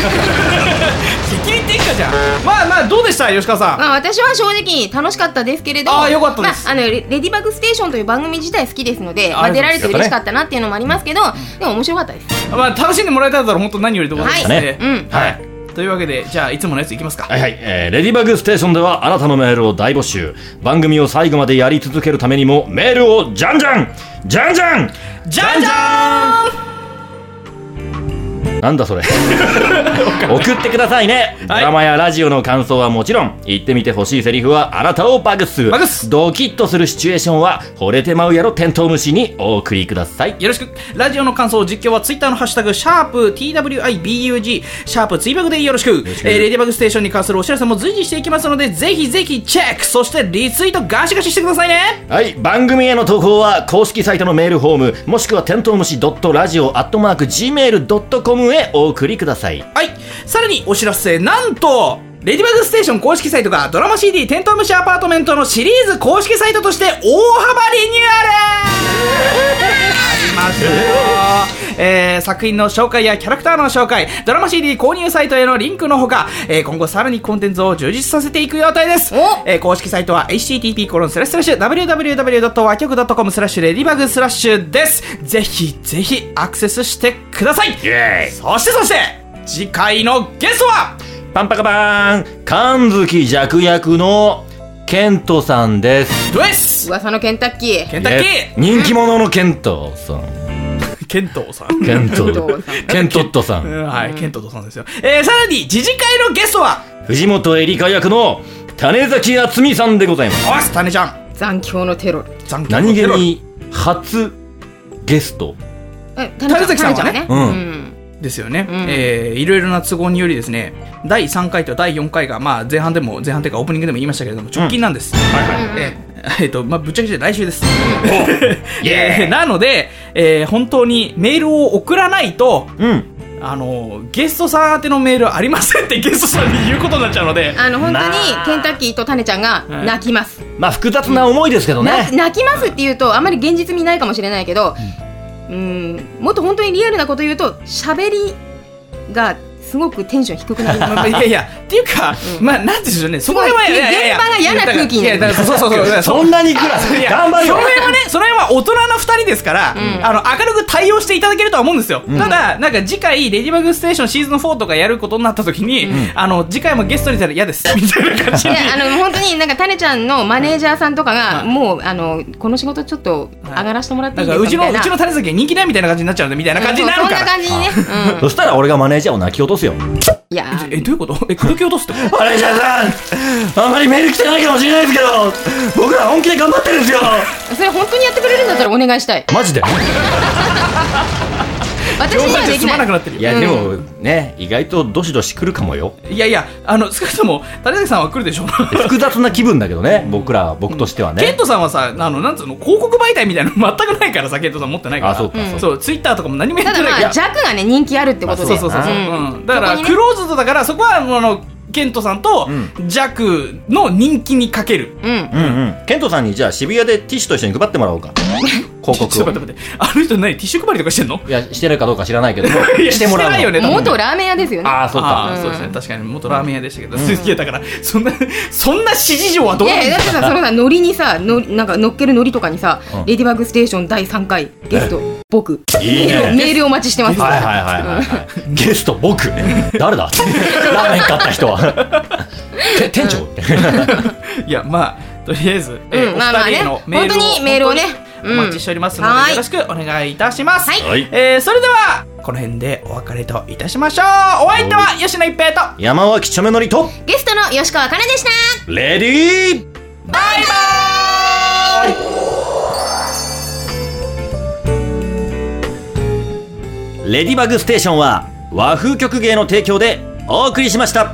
任転嫁じゃんまあまあどうでした吉川さんまあ私は正直楽しかったですけれどあーよかったですまあ、あのレレディバグステーションという番組自体好きですので、まああ、り出がらとうれて嬉しかったなっていうのもありますけど、でも面白かったですまあ楽しんでもらえたら本当何よりでございますね、はいうんはい。とというわけでじゃあいつものやついきますかはいはい、えーレディバグステーションではあなたのメールを大募集番組を最後までやり続けるためにもメールをじゃんじゃんじゃんじゃんじゃんじゃーんなん *laughs* だそれ送ってくださいね、はいドラマやラジオの感想はもちろん言ってみてほしいセリフはあなたをバグすバグすドキッとするシチュエーションは惚れてまうやろテントウムシにお送りくださいよろしくラジオの感想実況はツイッターのハッシュタグシャープ TWIBUG シャープツイバグでよろしくえーレディバグステーションに関するお知らせも随時していきますのでぜひぜひチェックそしてリツイートガシガシしてくださいねはい番組への投稿は公式サイトのメールフォームもしくはテントウムシ .radio.gmail.com へお送りくださいはいさらにお知らせなんとレディバグステーション公式サイトがドラマ CD「テントウムシアパートメント」のシリーズ公式サイトとして大幅リニューアルありましたよ、えー作品の紹介やキャラクターの紹介ドラマ CD 購入サイトへのリンクのほか、えー今後さらにコンテンツを充実させていく予定ですおえー公式サイトは http コロンスラッシュスラッシュ www. 和曲 .com スラッシュレディバグスラッシュですぜひぜひアクセスしてくださいイエーイそしてそして次回のゲストはパンパカパーン神月弱役のケントさんですドエス噂のケンタッキ *laughs* ーケンタッキえ人気者のケントさんーケントさん。ケントケントさんケントットさうんんはい、ケントさんですよ。えー、さらに、次次回のゲストは、藤本エリカ役の種崎敦美さんでございますおい、スタネちゃん。残響のテロル残響何気のテロに初ゲストえ種崎さんはね種うんうんですよね。んえー、いろいろな都合によりですね、第3回と第4回が、まあ、前半でも、前半というかオープニングでも言いましたけれども、直近なんです。えーえっと、まあ、ぶっちゃけて来週です。イエーイえー *laughs* なので、えー本当にメールを送らないと、うんあのゲストさん宛てのメールありませんってゲストさんに言うことになっちゃうのであの本当にまあケンタッキーとタネちゃんがはい泣きますまあ複雑な思いですけどねな泣きますっていうとあまり現実味ないかもしれないけど、うん、もっと本当にリアルなこと言うと喋りがすごくテンション低く *laughs* なる。まあいやいやっていうか、まあなんていうんでしょうねそこら辺はいすごいやいやいや現場が嫌な空気にいやだからそうそう *laughs* そうそうそんなにいくらいや頑張るそよの辺はねその辺は大人の2人ですから、んあの明るく対応していただけるとは思うんですよ、ただなんか次回「レディバグステーション」シーズン4とかやることになった時に、あの次回もゲストにいたら嫌 *laughs* ですみたいな感じいにやあの本当になんかタネちゃんのマネージャーさんとかはいがもうあのこの仕事ちょっと上がらせてもらっなていんいでかすうちのかみたいうな。ちの種崎人気ないみたいな感じになっちゃうねみたいな感じになるうんかそうそんなら感じにね。うんそしたら俺がマネージャーを泣き落とすよいやえどういうことえ口説き落とすってことマネージャーさんあんまりメール来てないかもしれないですけど僕ら本気で頑張ってるんですよそれ本当にやってくれるんだったらお願いしたい。マジで私冗に談はじゃでき済まなないく。なってるよいやでもね意外とどしどし来るかもよいやいや、あの、少なくとも、種崎さんは来るでしょう。複雑な気分だけどね僕ら僕としてはケンねトさんはさ、あの、なんつうの、広告媒体みたいなの全くないからさ、ケントさん持ってないから。あそうかそうかそう、ツイッターとかも何もやたってだないかまあら。弱がね人気あるってことそうで。そうそうそう。うんうんだから、そこにクねローズドだから、そこは、あの、ケントさんと、ジャクの人気にかける。うん。うんうんケントさんにじゃあ渋谷でティッシュと一緒に配ってもらおうか広ちょちょっ告とを待って待って。あの人何ティッシュ配りとかしてんのいや *laughs* してるかどうか知らないけども *laughs* いやしてもらうしてないよねの多分元ラーメン屋ですよね。ああそあうかあ、そうですね。確かに、元ラーメン屋でしたけど。いや、だから、そんな、そんな指示上はどいうでもやいいいやだってさそのさノリにさのなんか乗っけるノリとかにさ「レディバグステーション第3回ゲスト僕」いいねメール *laughs* メールお待ちしてますはいはいはいはいはいゲスト僕 *laughs* 誰だラーメン買った人はて店長いや、まあ、とりあえず、えーうんおまあまあ二ね人へのメールを、本当にメールをね本当にお待ちしておりますのうんはで、ーいよろしくお願いいたします。はいはいえーそれでは、この辺でお別れといたしましょう。お相手は吉野一平と、山脇ちょめのりとゲストの吉川かなでしたレディーバイバーイレディバグステーションは和風曲芸の提供でお送りしました